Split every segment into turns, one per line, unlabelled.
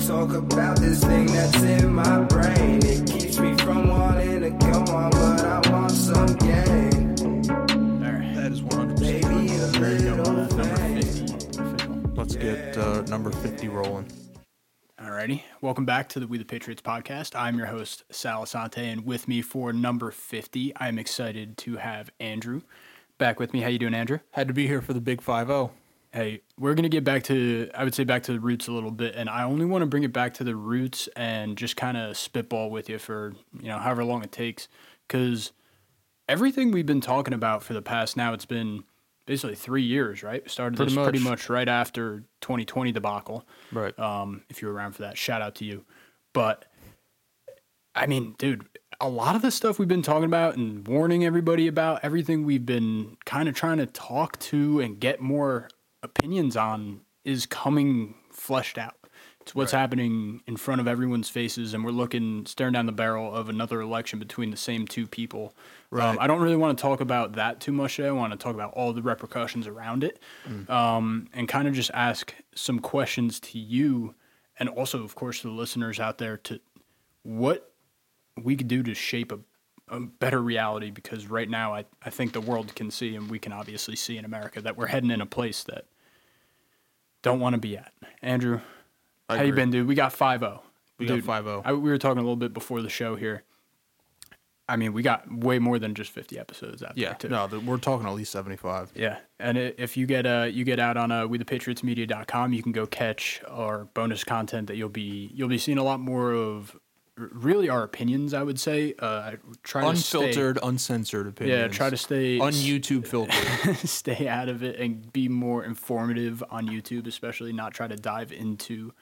talk about this thing that's in my brain. It keeps me from wanting to go on, but I want some gain.
That is 100%.
Maybe a
There you go.
little
Number
face.
50.
Let's get uh, number 50 rolling.
Alrighty. Welcome back to the We the Patriots podcast. I'm your host, Sal Asante, and with me for number 50, I'm excited to have Andrew back with me. How you doing, Andrew?
Had to be here for the big 5 0.
Hey, we're going to get back to, I would say, back to the roots a little bit. And I only want to bring it back to the roots and just kind of spitball with you for, you know, however long it takes. Because everything we've been talking about for the past now, it's been basically three years, right? Started
Pretty
this pretty
much.
much right after 2020 debacle.
Right.
Um, if you were around for that, shout out to you. But I mean, dude, a lot of the stuff we've been talking about and warning everybody about, everything we've been kind of trying to talk to and get more opinions on is coming fleshed out. It's what's happening in front of everyone's faces, and we're looking, staring down the barrel of another election between the same two people. Um,
Right.
I don't really want to talk about that too much today. I want to talk about all the repercussions around it um, and kind of just ask some questions to you and also, of course, to the listeners out there to what we could do to shape a, a better reality because right now I, I think the world can see and we can obviously see in America that we're heading in a place that don't want to be at. Andrew,
I
how you
agree.
been, dude? We got 5-0.
We got oh.
Dude,
5-0.
I- We were talking a little bit before the show here. I mean, we got way more than just 50 episodes out
Yeah.
there, too.
No, th- we're talking at least 75.
Yeah, and i- if you get uh you get out on uh, WeThePatriotsMedia.com, you can go catch our bonus content that you'll be you'll be seeing a lot more of. r- Really, our opinions, I would say. Uh, I try
Unfiltered, uncensored
To stay,
opinions.
yeah, try to stay
Un YouTube filtered.
stay out of it and be more informative on YouTube, especially not try to dive into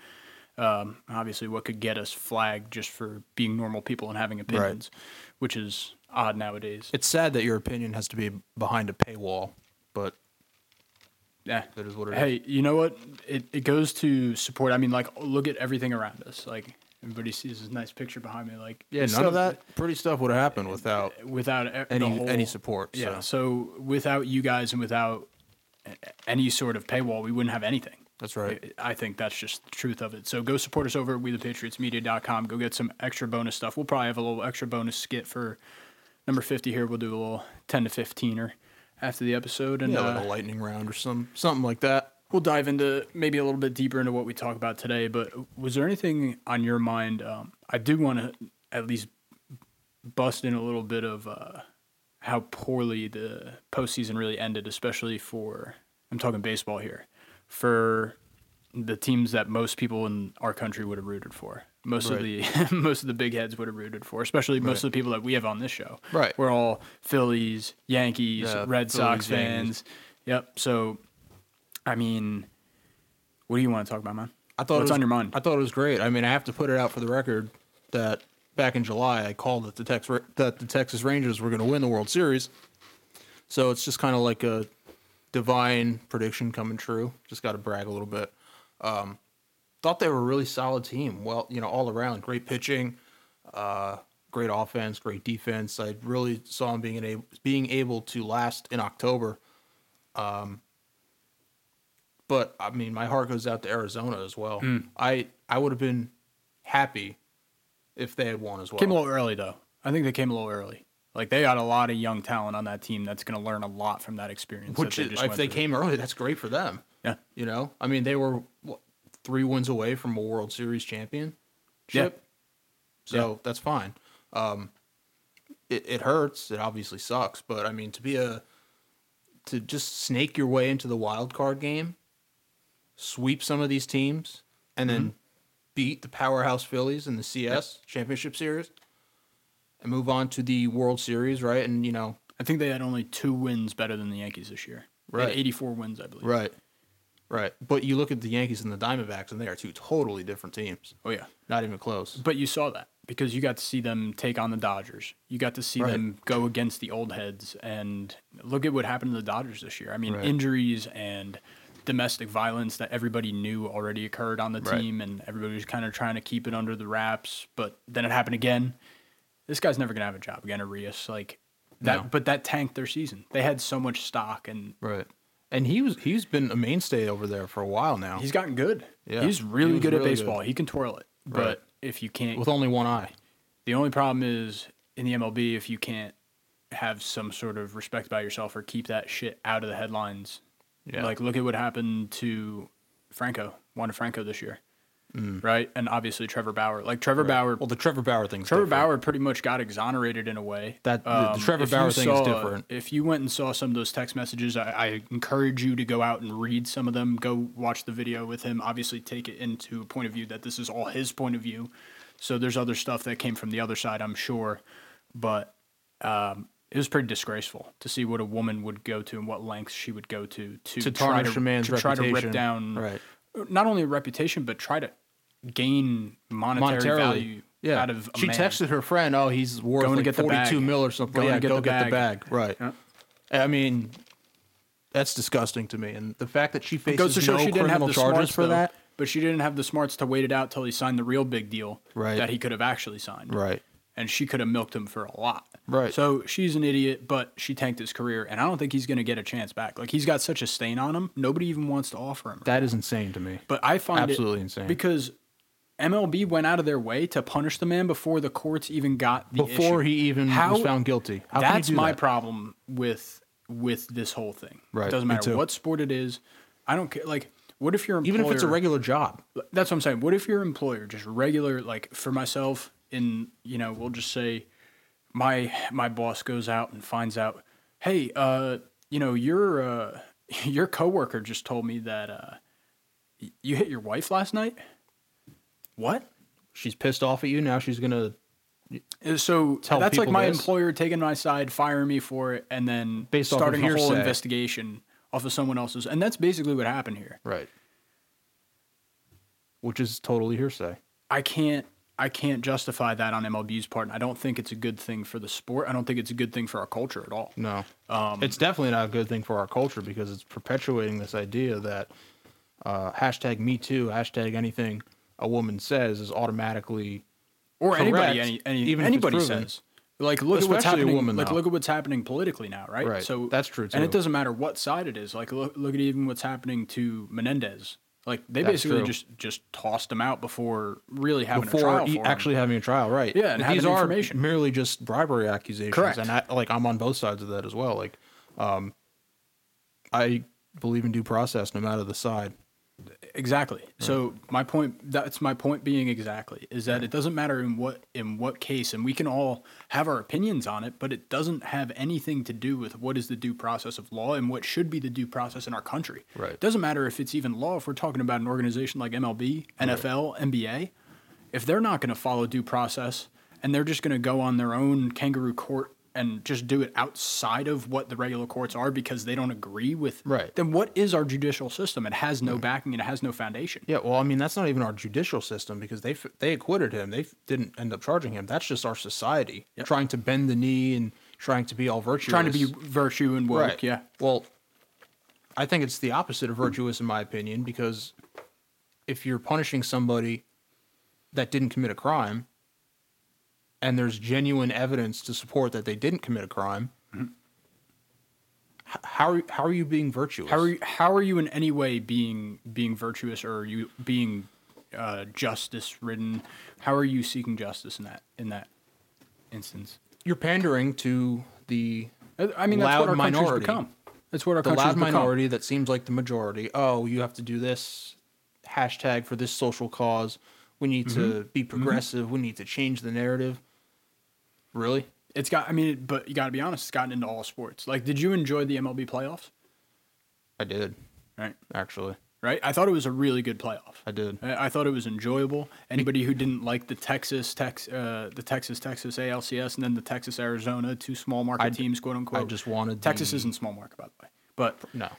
um, obviously what could get us flagged just for being normal people and having opinions, which is odd nowadays.
it's sad that your opinion has to be behind a paywall, but
Yeah.
that is what it is.
Hey, you know what? It, it goes to support. I mean, like, look at everything around us. Like, everybody sees this nice picture behind me. Like,
Yeah, none
stuff
of that pretty stuff would have happened without
without e- the
any
whole-
any support. So
Yeah. So. without you guys and without a- any sort of paywall, we wouldn't have anything.
that's right.
I I think that's just the truth of it. So go support us over at WeThePatriotsMedia.com. Go get some extra bonus stuff. We'll probably have a little extra bonus skit for number 50 here. We'll do a little 10 to 15er after the episode. And
Yeah,
uh,
like a lightning round or some something like that.
we'll dive into maybe a little bit deeper into what we talk about today. But was there anything on your mind? Um, I do want to at least bust in a little bit of uh, how poorly the postseason really ended, especially for I'm talking baseball here for the teams that most people in our country would have rooted for. Most of the most of the big heads would have rooted for, especially most of the people that we have on this show.
Right.
we're all Phillies, Yankees,
Yeah,
Red Sox
Phillies, Yankees.
fans. Yep. So I mean, what do you want to talk about, man?
I thought it
what's
was-
on your mind.
I thought it was great. I mean, I have to put it out for the record that back in July I called that the Tex that the Texas Rangers were going to win the World Series. So it's just kind of like a divine prediction coming true. Just got to brag a little bit. Um, thought they were a really solid team. Well, you know, all around, great pitching, uh, great offense, great defense. I really saw them being an able, being able to last in October. Um, But I mean, my heart goes out to Arizona as well.
Mm.
I I would have been happy if they had won as well.
came a little early though. I think they came a little early. Like they got a lot of young talent on that team that's going to learn a lot from that experience. that
Which is,
just
if
went
they
through.
came early, that's great for them.
yeah,
You know, I mean, they were what, three wins away from a World Series championship.
Yeah.
So that's fine. Um, it, it hurts. It obviously sucks. But I mean, to be a to just snake your way into the wild card game, sweep some of these teams, and then beat the powerhouse Phillies in the CS championship series, and move on to the World Series, right? And you know,
I think they had only two wins better than the Yankees this year. They had
Right.
84 wins, I believe.
right, right. But you look at the Yankees and the Diamondbacks, and they are two totally different teams.
Oh yeah,
Not even close.
but you saw that because you got to see them take on the Dodgers. You got to see
Right.
them go against the old heads, and look at what happened to the Dodgers this year. I mean,
Right.
injuries and domestic violence that everybody knew already occurred on the
Right.
team, and everybody was kind of trying to keep it under the wraps. But then it happened again. This guy's never gonna have a job again, Arias. Like that,
No.
but that tanked their season. They had so much stock, and
Right. And he was he's been a mainstay over there for a while now.
He's gotten good.
Yeah,
he's
he
really
was
good at
really
baseball.
good.
He can twirl it, but
Right.
if you can't,
with only one eye.
the only problem is in the MLB if you can't have some sort of respect about yourself or keep that shit out of the headlines.
Yeah.
Like look at what happened to Franco, Juan Franco this year, right? And obviously Trevor Bauer. Like Trevor Bauer,
Mm. Well, the Trevor Bauer thing's
Trevor
different.
Bauer pretty much got exonerated in a way. Um,
That- the- the Trevor
if you
Bauer thing is
saw-
different.
If you went and saw some of those text messages, I, I encourage you to go out and read some of them. Go watch the video with him. Obviously, take it into a point of view that this is all his point of view. So there's other stuff that came from the other side, I'm sure, but um, it was pretty disgraceful to see what a woman would go to and what lengths she would go to to,
to
try
tarnish
to,
a man's
to try
reputation.
to rip down
Right.
not only a reputation but try to gain monetary
Monetarily.
value
yeah.
out of a
she
man.
texted her friend, "Oh, he's worth
Go and
like
get the bag.
forty-two mil or something.
Go and
yeah,
get
go
the
get the
bag.
bag." Right.
Yeah.
I mean, that's disgusting to me. And the fact that she faces
goes to show
no
she didn't have
criminal
the
charges
smarts
for
though,
that.
But she didn't have the smarts to wait it out till he signed the real big deal
Right.
that he could have actually signed.
Right.
And she could have milked him for a lot.
Right.
So she's an idiot, but she tanked his career, and I don't think he's going to get a chance back. Like he's got such a stain on him, nobody even wants to offer him.
That is insane to me.
But I find it-
Absolutely insane.
because MLB went out of their way to punish the man before the courts even got the
Before
issue.
he even was found guilty, How can you
that's
do
my
that?
problem with with this whole thing.
Right,
It doesn't
me
matter
too.
what sport it is. I don't care. Like, what if your employer,
Even if it's a regular job,
That's what I'm saying. What if your employer just regular like for myself in you know we'll just say my my boss goes out and finds out hey uh you know your uh your coworker just told me that uh y- you hit your wife last night. What?
she's pissed off at you. Now she's gonna
Uh, So
Tell
that's like
people
my
this?
employer taking my side, firing me for it, and then
Based off of
starting a whole
hearsay.
investigation off of someone else's. And that's basically what happened here.
right, which is totally hearsay.
I can't I can't justify that on MLB's part, and I don't think it's a good thing for the sport. I don't think it's a good thing for our culture at all.
No,
Um,
it's definitely not a good thing for our culture because it's perpetuating this idea that uh, hashtag Me Too, hashtag anything a woman says is automatically
Or anybody,
Correct,
any, any
even if it's
anybody
proven.
says. Like look at what's
Especially a
happening.
woman
like
now.
look at what's happening politically now, right?
Right.
So
That's true,
And it
too.
doesn't matter what side it is. Like look look at even what's happening to Menendez. Like they
That's
basically
true.
just just tossed him out before really having a
before
trial
e-
for him.
actually having a trial, right?
Yeah, and
But these
having
are
information.
merely just bribery accusations,
Correct.
And I, like I'm on both sides of that as well. Like, um, I believe in due process, no matter the side.
Exactly. So my point that's my point being exactly is that it doesn't matter in what in what case and we can all have our opinions on it, but it doesn't have anything to do with what is the due process of law and what should be the due process in our country.
Right.
It doesn't matter if it's even law if we're talking about an organization like MLB, NFL, NBA. If they're not going to follow due process and they're just going to go on their own kangaroo court and just do it outside of what the regular courts are because they don't agree with
Right.
then what is our judicial system? It has
Mm.
no backing and it has no foundation.
Yeah, well, I mean, that's not even our judicial system because they f- they acquitted him. They f- didn't end up charging him. That's just our society trying to bend the knee and trying to be all virtuous.
Trying to be virtue and woke,
right.
yeah.
Well, I think it's the opposite of virtuous in my opinion because if you're punishing somebody that didn't commit a crime and there's genuine evidence to support that they didn't commit a crime,
Mm-hmm.
h- how are, how are you being virtuous?
How are you, how are you in any way being being virtuous or are you being uh, justice ridden? How are you seeking justice in that in that instance?
you're pandering to the
I I mean, that's
loud
what our country's
minority.
become. That's what our
the
country's
loud
become.
minority that seems like the majority. Oh, you have to do this hashtag for this social cause. We need to be progressive. We need to change the narrative. Really?
It's got. I mean, but you got to be honest. It's gotten into all sports. Like, did you enjoy the MLB playoffs?
I did,
Right.
actually.
Right. I thought it was a really good playoff.
I did.
I I thought it was enjoyable. Anybody who didn't like the Texas, Tex, uh, the Texas, Texas ALCS, and then the Texas, Arizona, two small market
I-
teams, quote unquote.
I just wanted
Texas
the-
isn't small market, by the way, but
No,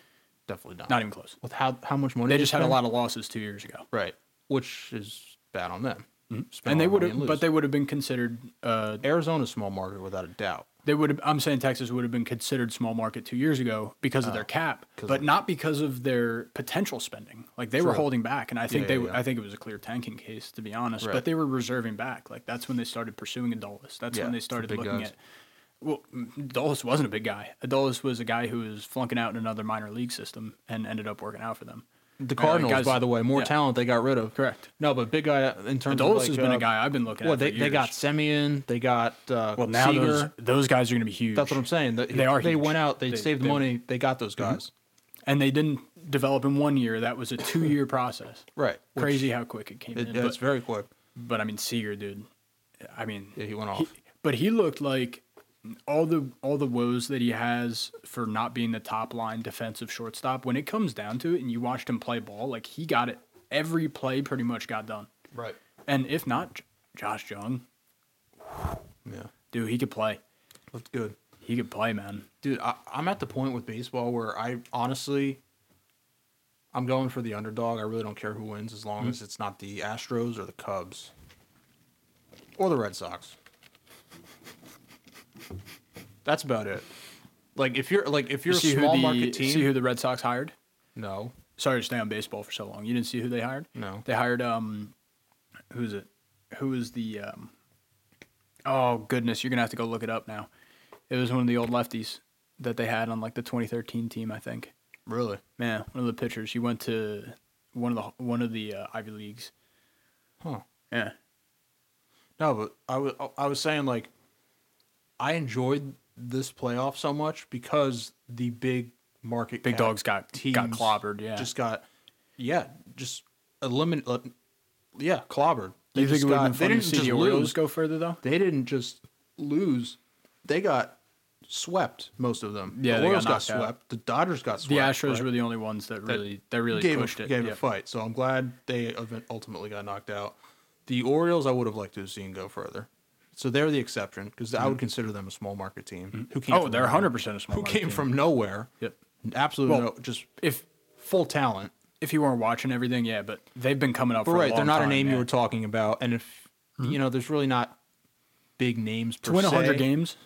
definitely not.
not even close.
With how how much money
They just had a
spend?
lot of losses two years ago,
right? Which is bad on them. Spend
and
all
they
the
would
money
have,
lose.
but they would have been considered. Uh,
Arizona's small market without a doubt.
they would. have I'm saying Texas would have been considered small market two years ago because
Oh,
of their cap, but not because of their potential spending. Like they were
True.
holding back, and I think
Yeah,
they.
yeah,
w-
yeah.
I think it was a clear tanking case, to be honest.
Right.
But they were reserving back. Like that's when they started pursuing Adolis. That's
Yeah,
when they
it's the
started
big
looking
guys.
at well, Dulles wasn't a big guy. Dulles was a guy who was flunking out in another minor league system and ended up working out for them.
The
Right, like
Cardinals,
guys-
by the way, more
yeah.
talent they got rid of.
Correct.
No, but big guy in terms
Dulles
of like,
has been
uh,
a guy I've been looking
Well,
at. for
they, they
years.
got Simeon. They got uh,
well now
Seager.
those those guys are going to be huge.
That's what I'm saying. The-
They are
They
huge.
went out. They,
They- Mm-hmm.
saved the
they-
money. They got those guys.
and they didn't develop in one year. That was a two year process.
Right. Which-
Crazy how quick it came
It,
in.
yeah, it's
But,
very quick.
but I mean Seager, dude. I mean,
Yeah, he went
he-
off.
but he looked like all the all the woes that he has for not being the top line defensive shortstop. When it comes down to it, and you watched him play ball, like he got it every play, pretty much got done.
right.
And if not, J- Josh Jung,
Yeah.
dude, he could play.
That's good.
He could play, man.
Dude, I, I'm at the point with baseball where I honestly, I'm going for the underdog. I really don't care who wins as
Hmm.
long as it's not the Astros or the Cubs or the Red Sox. That's about it. Like if you're like if you're
see
a
who
small
the-
market team,
See who the Red Sox hired.
no,
Sorry to stay on baseball for so long. You didn't see who they hired?
No.
They hired um, who's it? Who is the um? Oh goodness, you're gonna have to go look it up now. It was one of the old lefties that they had on like the 2013 team, I think.
really,
Man, one of the pitchers. He went to one of the one of the uh, Ivy leagues.
huh?
Yeah.
No, but I was I was saying like I enjoyed this playoff so much because the big market
Big
cap
dogs got- got
teams
clobbered, yeah.
just got yeah, just eliminate. yeah, clobbered.
Do you think
just
it would
got-
have been
they
fun to
didn't
see
just
the Orioles
lose.
go further though?
They didn't just lose. They got swept. Most of them.
Yeah,
the
they got
Orioles got,
knocked out.
swept. The Dodgers got swept.
The Astros
right?
were the only ones that really that, really
gave,
pushed
a,
it.
gave
Yeah.
a fight. So I'm glad they event- ultimately got knocked out. The Orioles, I would have liked to have seen go further. So they're the exception because I would consider them a small market team who came.
Mm-hmm. Oh,
from
they're
nowhere-
100% a small
Who
market
came
team.
from nowhere?
Yep.
Absolutely
Well,
no, just
If
full talent.
if you weren't watching everything, yeah, but they've been coming up
But
for a
right,
long
they're not
time,
a name
yeah. Mm-hmm.
you were talking about, and if you know, there's really not big names per
to win
se,
100 games.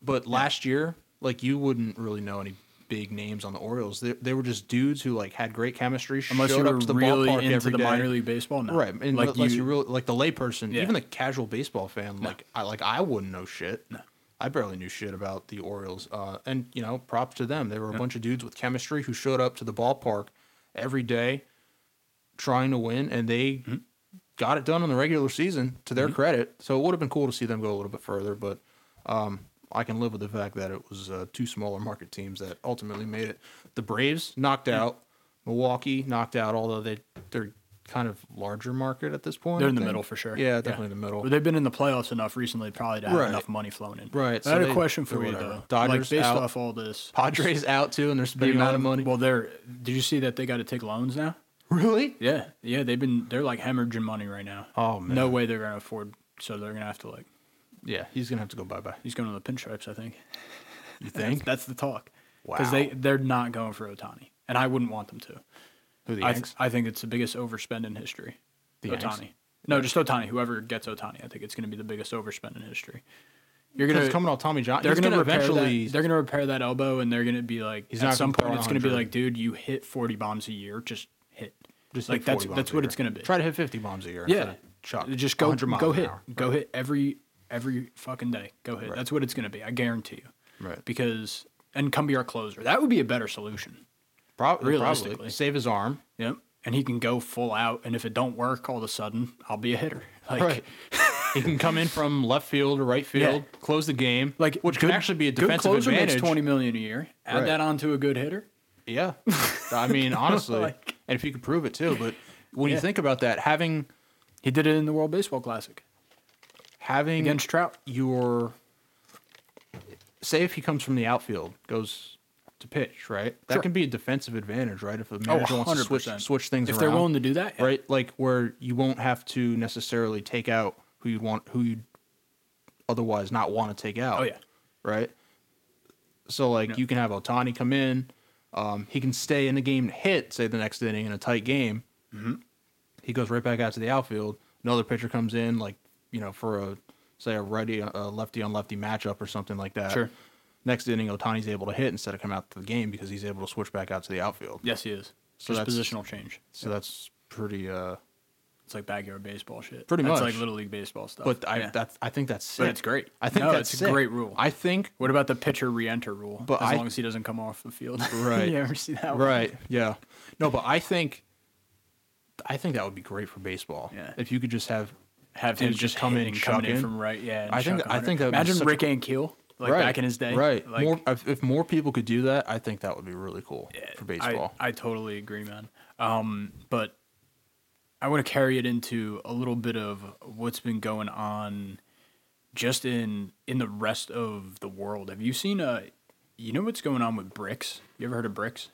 But last year, like you wouldn't really know any big names on the Orioles. They, they were just dudes who like had great chemistry.
Unless
showed
you
up
were
to the
really
ballpark
into
every
the
day.
minor league baseball, no.
Right, and
like
unless you,
you,
really like the layperson,
Yeah.
even the casual baseball fan, like I like I wouldn't know shit. I barely knew shit about the Orioles, uh, and you know, props to them. They were a bunch of dudes with chemistry who showed up to the ballpark every day, trying to win, and they
Mm-hmm.
got it done in the regular season. To their credit, so it would have been cool to see them go a little bit further, but um, I can live with the fact that it was uh, two smaller market teams that ultimately made it. The Braves knocked out, Milwaukee knocked out, although they they're kind of larger market at this point.
they're
I
in the
think.
middle for sure.
Yeah, definitely the middle.
Well, they've been in the playoffs enough recently, probably to have
Right.
enough money flowing in.
Right,
I
so
had a
they-
question for
they're
you
whatever.
though.
Dodgers
like, based
out.
off all this,
Padres out too, and there's
the
been amount of money.
Well, they're. Did you see that they got to take loans now?
really?
Yeah, yeah. They've been. They're like hemorrhaging money right now.
Oh, man.
No way they're gonna afford. So they're gonna have to like.
Yeah, he's gonna have to go bye bye.
He's going to the pinstripes, I think.
You think?
That's the talk. Because
Wow.
they they're not going for Otani, and I wouldn't want them to.
Who the
I,
Yanks?
I think it's the biggest overspend in history.
The Yanks?
Otani. No, just Otani. Whoever gets Otani, I think it's going to be the biggest overspend in history. You're going
Because
to
coming off Tommy John.
They're
he's
going to
gonna
eventually. They're going to repair that elbow, and they're going to be like.
He's
at
not gonna
some point,
throw
it's going to be
100.
like, dude, you hit 40 bombs a year. Just hit.
just
like
hit 40
that's
bombs
that's
a
what
year.
it's going to be.
Try to hit 50 bombs a year. instead
yeah.
of Chuck.
Just go
100 miles
go
an
hit.
hour.
Go hit every every fucking day. Go hit. That's what it's going to be. I guarantee you.
Right.
Because and come be our closer. That would be a better solution.
Prob- probably
Realistically.
save his arm.
Yep. And he can go full out, and if it don't work all of a sudden, I'll be a hitter. Like,
Right. he can come in from left field or right field, close the game,
like
which could
good-
actually be a
good
defensive
closer
advantage.
Makes Twenty million a year. Add
Right.
that onto a good hitter.
Yeah, I mean honestly,
Like-
and if you could prove it too. But when
Yeah.
you think about that, having
He did it in the World Baseball Classic
having
against Trout.
your say if he comes from the outfield, goes to pitch, right? That
Sure.
can be a defensive advantage, right? If the
Oh,
manager wants to switch
100%.
switch things
If
around,
they're willing to do that, yeah.
right? Like where you won't have to necessarily take out who you'd want, who you'd otherwise not want to take out.
Oh, yeah.
right. So like you can have Otani come in, um, he can stay in the game to hit, say the next inning in a tight game.
Mm-hmm.
He goes right back out to the outfield. Another pitcher comes in, like you know, for a say a righty, a lefty on lefty matchup or something like that.
Sure.
Next inning, Otani's able to hit instead of come out to the game because he's able to switch back out to the outfield.
Yes, he is.
So
Just
that's-
positional change.
So that's pretty. uh
It's It's like backyard baseball shit.
Pretty
That's
much.
like little league baseball stuff.
But I
Yeah.
that's I think that's sick.
But it's great.
I think
No,
that's
it's a
sick.
great rule.
I think
what about the pitcher re-enter rule?
But
as
I-
long as he doesn't come off the field,
Right.
you ever see that? one?
right. Yeah. No, but I think I think that would be great for baseball.
Yeah.
If you could just have
Have him
Dudes
just
come
come
in
in,
and
coming
chuck
in
in.
from right. Yeah, and
I think-
chuck
I think
100.
that would be
imagine
such a-
Rick Ankiel like
right,
back in his day.
Right.
Like, eh,
more if, if more people could do that, I think that would be really cool for baseball.
I, I totally agree, man. Um, but I want to carry it into a little bit of what's been going on just in in the rest of the world. Have you seen uh you know what's going on with BRICS? You ever heard of BRICS?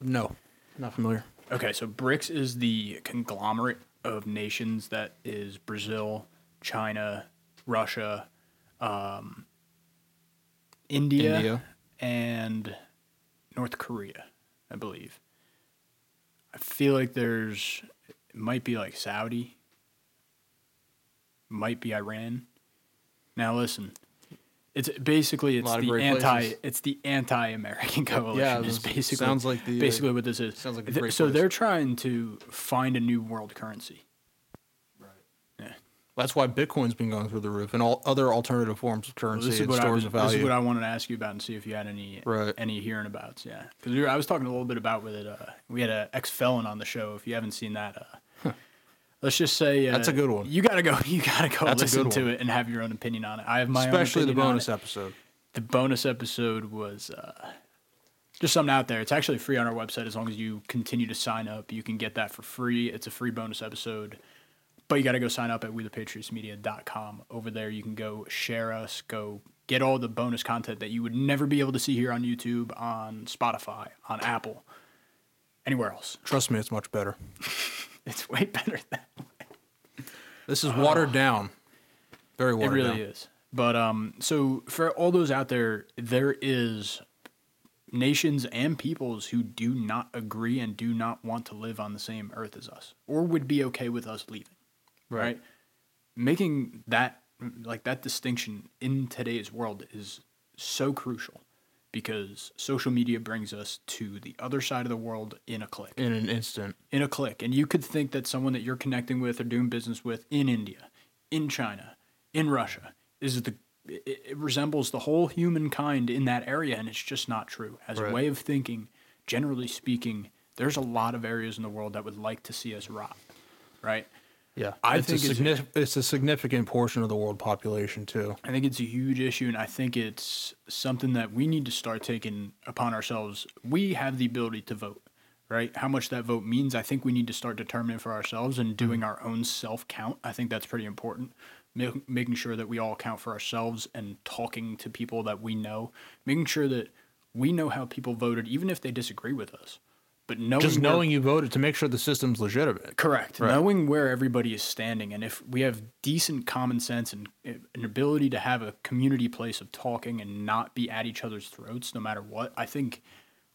no. Not familiar.
Okay, so BRICS is the conglomerate of nations that is Brazil, China, Russia, um, India,
India.
and North Korea, I believe. I feel like there's, it might be like Saudi, might be Iran. Now listen, it's basically it's
lot of
the
great
anti
places.
it's the anti-American coalition.
it was-
is basically
sounds like the, uh,
basically what this is.
sounds like a
Th-
great
so
place.
they're trying to find a new world currency.
That's why Bitcoin's been going through the roof and all other alternative forms of currency
Well, this is
and
what I
stores
was,
of
this is
value.
what I wanted to ask you about and see if you had any
Right.
any hearing abouts. Yeah, because I was talking a little bit about with it. Uh, we had an ex felon on the show. If you haven't seen that, uh, let's just say uh,
That's a good one.
You gotta go. You gotta go
That's a
listen
good
to
one.
it and have your own opinion on it. I have my
Especially
own
the
opinion on
bonus
it.
episode.
The bonus episode was uh, just something out there. It's actually free on our website as long as you continue to sign up. You can get that for free. It's a free bonus episode. But you got to go sign up at wethepatriotsmedia.com. Over there, you can go share us, go get all the bonus content that you would never be able to see here on YouTube, on Spotify, on Apple, anywhere else.
Trust me, it's much better.
It's way better than
This is watered down. Very watered
Oh. it really
down.
is but um so for all those out there there is nations and peoples who do not agree and do not want to live on the same earth as us or would be okay with us leaving right, making that like that distinction in today's world is so crucial because social media brings us to the other side of the world in a click
In an instant.
in a click. And you could think that someone that you're connecting with or doing business with in India, in China, in Russia is the it, it resembles the whole humankind in that area, and it's just not true. As
Right.
a way of thinking, generally speaking, there's a lot of areas in the world that would like to see us rot, right?
Yeah.
I
it's
think
a
it's-
signif- it's a significant portion of the world population too.
I think it's a huge issue, and I think it's something that we need to start taking upon ourselves. We have the ability to vote, right? How much that vote means, I think we need to start determining for ourselves and doing
Mm-hmm.
our own self count. I think that's pretty important. Ma- making sure that we all count for ourselves and talking to people that we know, making sure that we know how people voted, even if they disagree with us. But knowing
Just
where-
knowing you voted to make sure the system's legitimate.
Correct.
Right.
Knowing where everybody is standing, and if we have decent common sense and uh, an ability to have a community place of talking and not be at each other's throats, no matter what, I think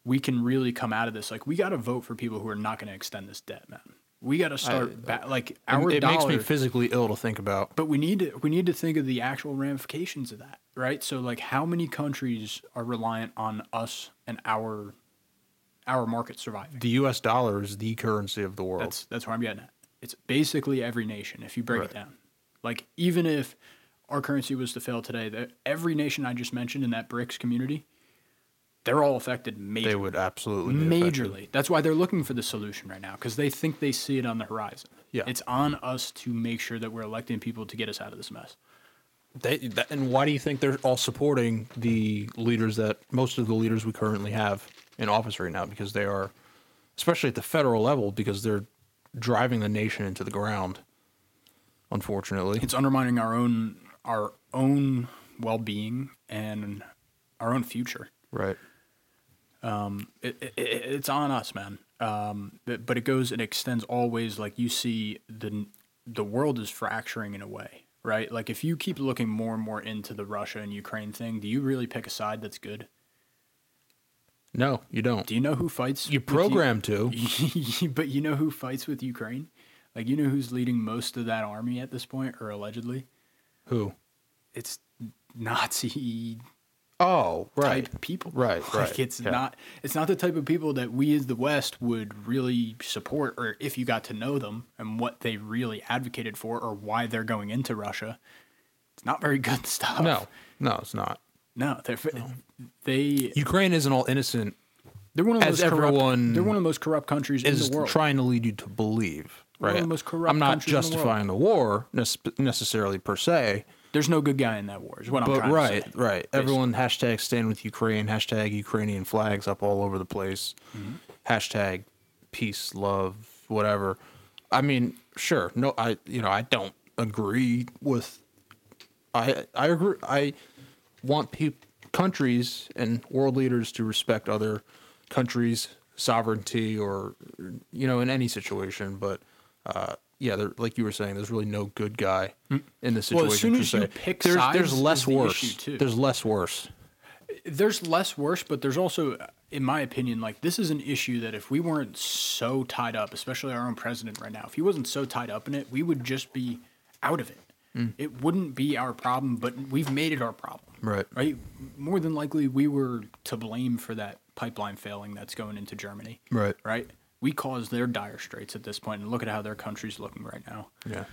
we can really come out of this. Like we got to vote for people who are not going to extend this debt, man. We got to start ba- like our
uh, it
dollar.
makes me physically ill to think about.
But we need to we need to think of the actual ramifications of that, right? So like how many countries are reliant on us and our our market surviving?
The US dollar is the currency of the world.
That's that's where I'm getting at. It's basically every nation if you break
Right.
it down. Like even if our currency was to fail today, that every nation I just mentioned in that BRICS community, they're all affected
they
major,
would absolutely be affected.
majorly. That's why they're looking for the solution right now because they think they see it on the horizon.
Yeah.
it's on us to make sure that we're electing people to get us out of this mess.
They, that, and why do you think they're all supporting the leaders that most of the leaders we currently have in office right now? Because they are, especially at the federal level, because they're driving the nation into the ground. Unfortunately,
It's undermining our own our own well being and our own future.
right?
it, it, it- it's on us, man. Um, but, but it goes and extends always. Like you see, the the world is fracturing in a way, right? Like if you keep looking more and more into the Russia and Ukraine thing, do you really pick a side that's good?
No, you don't.
Do you know who fights?
You
with
program to.
but you know who fights with Ukraine? Like you know who's leading most of that army at this point, or allegedly?
Who?
It's Nazi
Oh, right.
type people.
Right,
Like
right,
it's
yeah.
not it's not the type of people that we as the West would really support or if you got to know them and what they really advocated for or why they're going into Russia. It's not very good stuff.
No, no, it's not.
No, they're fi- they
Ukraine isn't all innocent
they're one of the
As
most corrupt,
everyone
they're one of the most corrupt countries in
is
the world.
trying to lead you to believe,
One
right?
of the most corrupt
I'm not
countries in the world.
justifying the, war nes- necessarily per se,
There's no good guy in that war. Is what I'm
but
trying
right,
to say.
right. Everyone hashtag stand with Ukraine, hashtag Ukrainian flags up all over the place,
Mm-hmm.
hashtag peace, love, whatever. I mean, sure, no, I you know I don't agree with, I I agree I want peop countries and world leaders to respect other countries' sovereignty or you know in any situation, but. uh yeah, there, like you were saying, there's really no good guy in this
Mm.
situation.
Well, as soon
per
as you
se.
pick
there's,
sides
there's
is
less
the
worse.
issue, too.
There's less worse.
there's less worse, but there's also, in my opinion, like this is an issue that if we weren't so tied up, especially our own president right now, if he wasn't so tied up in it, we would just be out of it.
Mm.
It wouldn't be our problem, but we've made it our problem.
Right.
Right. More than likely, we were to blame for that pipeline failing that's going into Germany.
Right.
Right. We caused their dire straits at this point, and look at how their country's looking right now.
Yeah.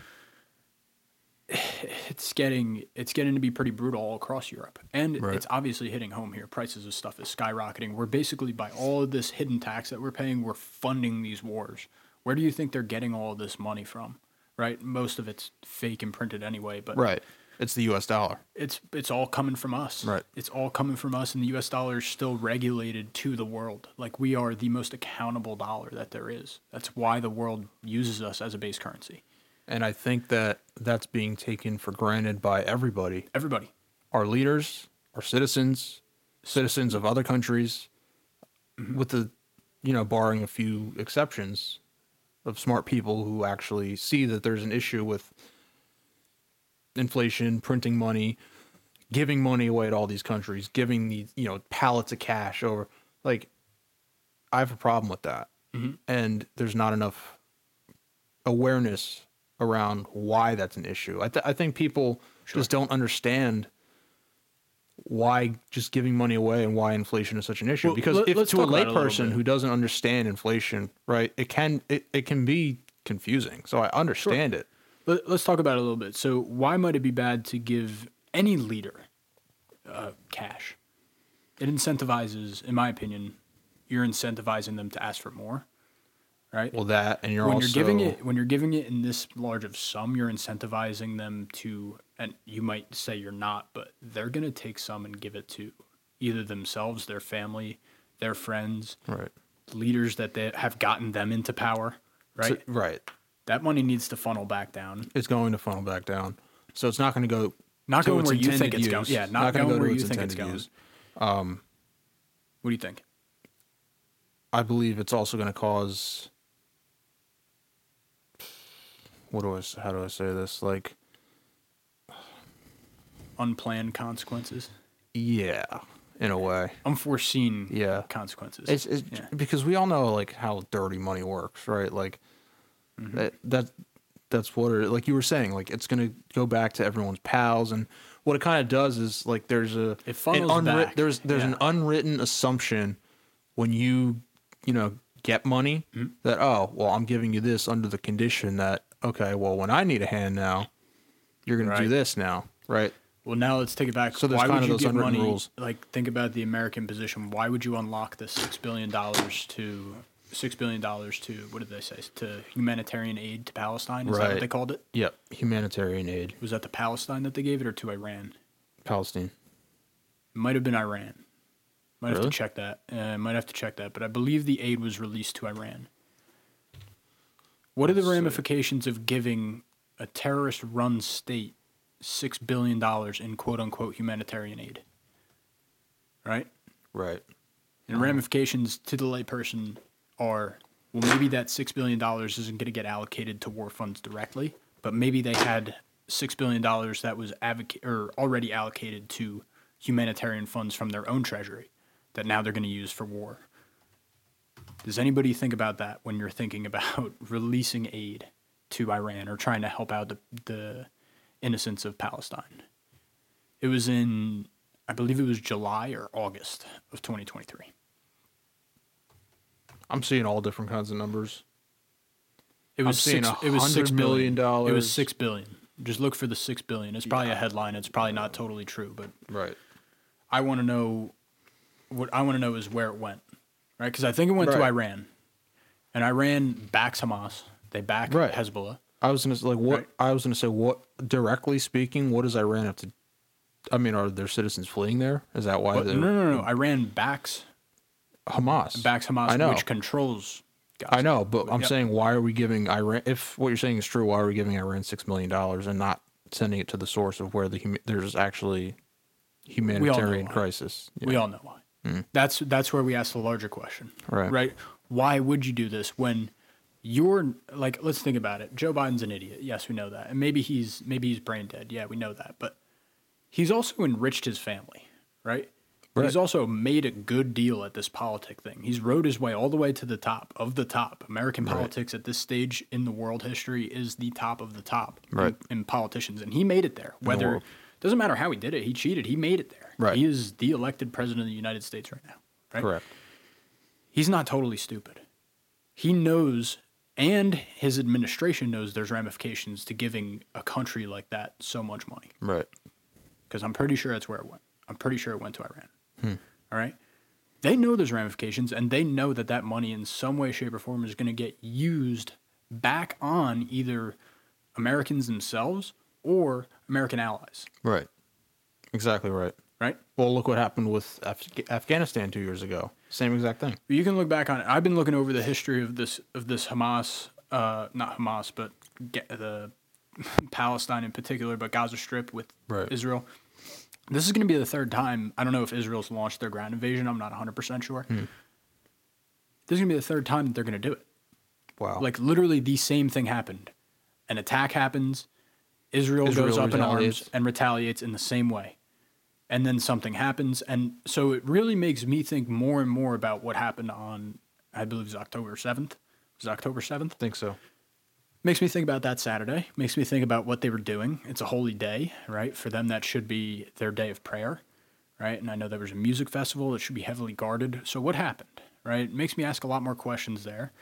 it's getting it's getting to be pretty brutal all across Europe, and
Right.
it's obviously hitting home here. Prices of stuff is skyrocketing. We're basically by all of this hidden tax that we're paying, we're funding these wars. Where do you think they're getting all this money from? Right, most of it's fake and printed anyway, but
Right. It's the U.S. dollar.
it's it's all coming from us.
Right.
It's all coming from us, and the U.S. dollar is still regulated to the world. Like we are the most accountable dollar that there is. That's why the world uses us as a base currency.
And I think that that's being taken for granted by everybody.
Everybody.
Our leaders, our citizens, citizens of other countries, with the, you know, barring a few exceptions of smart people who actually see that there's an issue with inflation, printing money, giving money away to all these countries, giving the, you know, pallets of cash over. Like, I have a problem with that.
Mm-hmm.
And there's not enough awareness around why that's an issue. I, th- I think people just don't understand why just giving money away and why inflation is such an issue.
Well,
because
let-
if
let's
to a
talk about it a little
layperson
bit.
who doesn't understand inflation, right, it can it, it can be confusing. So I understand it.
Let, let's talk about it a little bit. So, why might it be bad to give any leader uh, cash? It incentivizes, in my opinion, you're incentivizing them to ask for more, right?
Well, that and you're
when
also
you're giving it, when you're giving it in this large of sum, you're incentivizing them to, and you might say you're not, but they're gonna take some and give it to either themselves, their family, their friends,
right,
leaders that they have gotten them into power, right?
So- right.
that money needs to funnel back down.
It's going to funnel back down. So it's not going to go
Not
to
going
its
where you think
intended
it's going.
use.
Yeah, not
gonna
going
go to
where you
its
think it's
intended
going.
use.
What do you think?
I believe it's also going to cause. What do I? s- How do I say this? Like,
Unplanned consequences,
yeah, in a way.
unforeseen
Yeah.
consequences.
It's, it's
Yeah.
because we all know like how dirty money works, right? Like
Mm-hmm.
that that that's what it, like you were saying, like it's gonna go back to everyone's pals, and what it kind of does is like there's a
It funnels
an unwri-
back,
there's there's an
yeah.
unwritten assumption when you you know get money
Mm-hmm.
that oh well I'm giving you this under the condition that okay well when I need a hand now you're gonna do
Right.
this now right
well, now let's take it back.
So there's
Why
kind
would
of
you
those
give
unwritten
money?
rules.
Like, think about the American position. Why would you unlock the six billion dollars to six billion dollars to what did they say to humanitarian aid to Palestine? Is that
Right.
what they called it?
yep humanitarian aid
Was that to Palestine that they gave it, or to Iran?
Palestine
Might have been Iran. Might have
Really?
to check that. Uh, might have to check that. But I believe the aid was released to Iran. What are the ramifications of giving a terrorist-run state six billion dollars in quote-unquote humanitarian aid? Right.
right
And ramifications to the layperson are well, maybe that six billion dollars isn't going to get allocated to war funds directly, but maybe they had six billion dollars that was advoca- or already allocated to humanitarian funds from their own treasury that now they're going to use for war. Does anybody think about that when you're thinking about releasing aid to Iran or trying to help out the, the innocents of Palestine? It was in I believe it was July or August of 2023.
I'm seeing all different kinds of numbers.
It was
seeing
six. It was six
$100 million
billion It
dollars.
was six billion. Just look for the six billion. It's probably a headline. It's probably not totally true, but
Right.
I want to know. What I want to know is where it went, right? Because I think it went to
Right.
Iran, and Iran backs Hamas. They back
Right.
Hezbollah.
I was gonna say, like what
Right.
I was gonna say what directly speaking, what does Iran have to? I mean, are their citizens fleeing there? Is that why
But,
they're
no, no, no, no. Iran backs
Hamas?
backs Hamas,
I know.
which controls. Gaza.
I know, but I'm
Yep.
saying why are we giving Iran? If what you're saying is true, why are we giving Iran six million dollars and not sending it to the source of where the hum- there's actually humanitarian
why.
crisis? Yeah. Mm.
We all know why. That's that's where we ask the larger question,
Right.
Right? Why would you do this when you're like? Let's think about it. Joe Biden's an idiot. Yes, we know that, and maybe he's maybe he's brain dead. Yeah, we know that, but he's also enriched his family, right?
Right.
He's also made a good deal at this politic thing. He's rode his way all the way to the top of the top. American politics at this stage in the world history is the top of the top in-
Right.
in, politicians, and he made it there. Whether
world.
doesn't matter how he did it, he cheated. He made it there.
Right.
He is the elected president of the United States right now. Right.
correct.
He's not totally stupid. He knows, and his administration knows there's ramifications to giving a country like that so much money
Right.
because I'm pretty sure that's where it went. I'm pretty sure it went to Iran.
Hmm.
All right. They know there's ramifications and they know that that money in some way, shape, or form is going to get used back on either Americans themselves or American allies,
Right. Exactly right.
right?
Well, look what happened with Af- Afghanistan two years ago. Same exact thing.
You can look back on it. I've been looking over the history of this of this Hamas, uh, not Hamas, but Ga- the Palestine in particular, but Gaza Strip with
Right.
Israel. This is going to be the third time. I don't know if Israel's launched their ground invasion. I'm not 100% sure. This is going to be the third time that they're going to do it.
Wow.
Like literally the same thing happened. An attack happens, Israel,
Israel
goes up in
retaliates.
arms and retaliates in the same way. And then something happens and so it really makes me think more and more about what happened on I believe it was October 7th. It was October 7th.
think so.
Makes me think about that Saturday. Makes me think about what they were doing. It's a holy day, right? For them, that should be their day of prayer, right? And I know there was a music festival that should be heavily guarded. So what happened, right? It makes me ask a lot more questions there.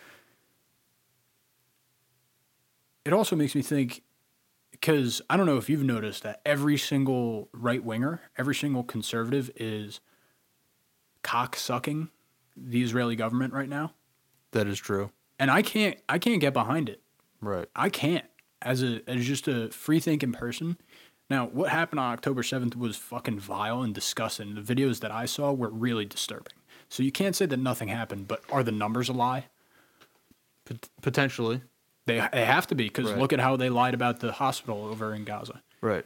It also makes me think, because I don't know if you've noticed that every single right winger, every single conservative is cock sucking the Israeli government right now.
That is true.
And I can't, I can't get behind it.
Right.
I can't as a as just a free thinking person. Now, what happened on October 7th was fucking vile and disgusting. The videos that I saw were really disturbing. So you can't say that nothing happened, but are the numbers a lie?
Pot- potentially.
They they have to be because
Right.
look at how they lied about the hospital over in Gaza.
Right.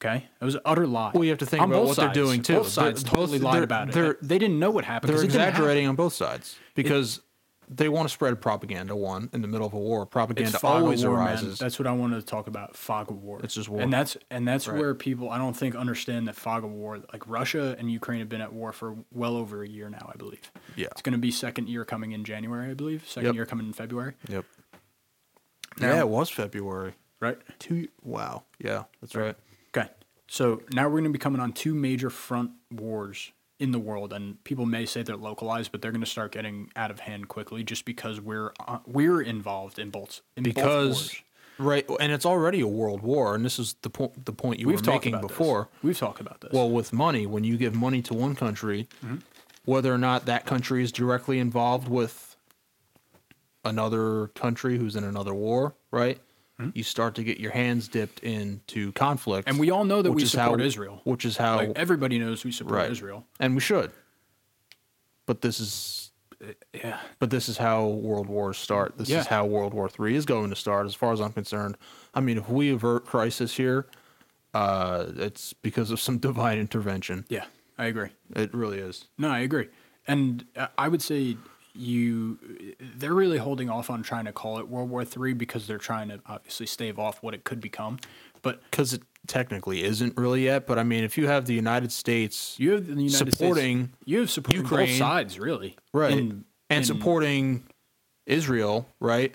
Okay, it was an utter lie.
Well, you have to think
On
about
both
what they're
sides.
doing, too.
Both sides
They're-
totally
both-
lied
they're-
about it.
they're-
They, they didn't know what happened.
They're
'cause it didn't happen.
exaggerating on both sides because they want to spread propaganda. One in the middle of a war,
It's
propaganda
fog of
always
war, man.
arises.
That's what I wanted to talk about. Fog of war.
It's just war.
and that's and that's
Right.
where people I don't think understand that fog of war. Like Russia and Ukraine have been at war for well over a year now, I believe.
Yeah.
it's going to be second year coming in January, I believe. Second
Yep.
year coming in February,
Yep.
Now-
yeah, it was February.
right?
Two. Wow. Yeah, that's right.
Okay, so now we're going to be coming on two major front wars in the world, and people may say they're localized, but they're going to start getting out of hand quickly just because we're uh, we're involved in both in both
Because
wars.
right, and it's already a world war, and this is the point. The point you
We've
were
talked
making
about
before.
This. We've talked about this. Mm-hmm.
Well, with money, when you give money to one country, whether or not that country is directly involved with another country who's in another war, right? You start to get your hands dipped into conflict,
Mm-hmm. And we all know that
which
we
is
support
how,
Israel.
which is how
like everybody knows we support
Oh. right
Israel.
and we should. But this is
Uh, Yeah.
but this is how world wars start. This
Yeah.
is how World War Three is going to start, as far as I'm concerned. I mean, if we avert crisis here, uh, it's because of some divine intervention.
Yeah, I agree.
It really is.
No, I agree. And uh, I would say you they're really holding off on trying to call it World War III because they're trying to obviously stave off what it could become. But
because it technically isn't really yet. But I mean, if you have the United States,
you have the United
Supporting
States you have supporting both
Ukraine.
sides really.
right,
In-
and
in-
supporting Israel, right,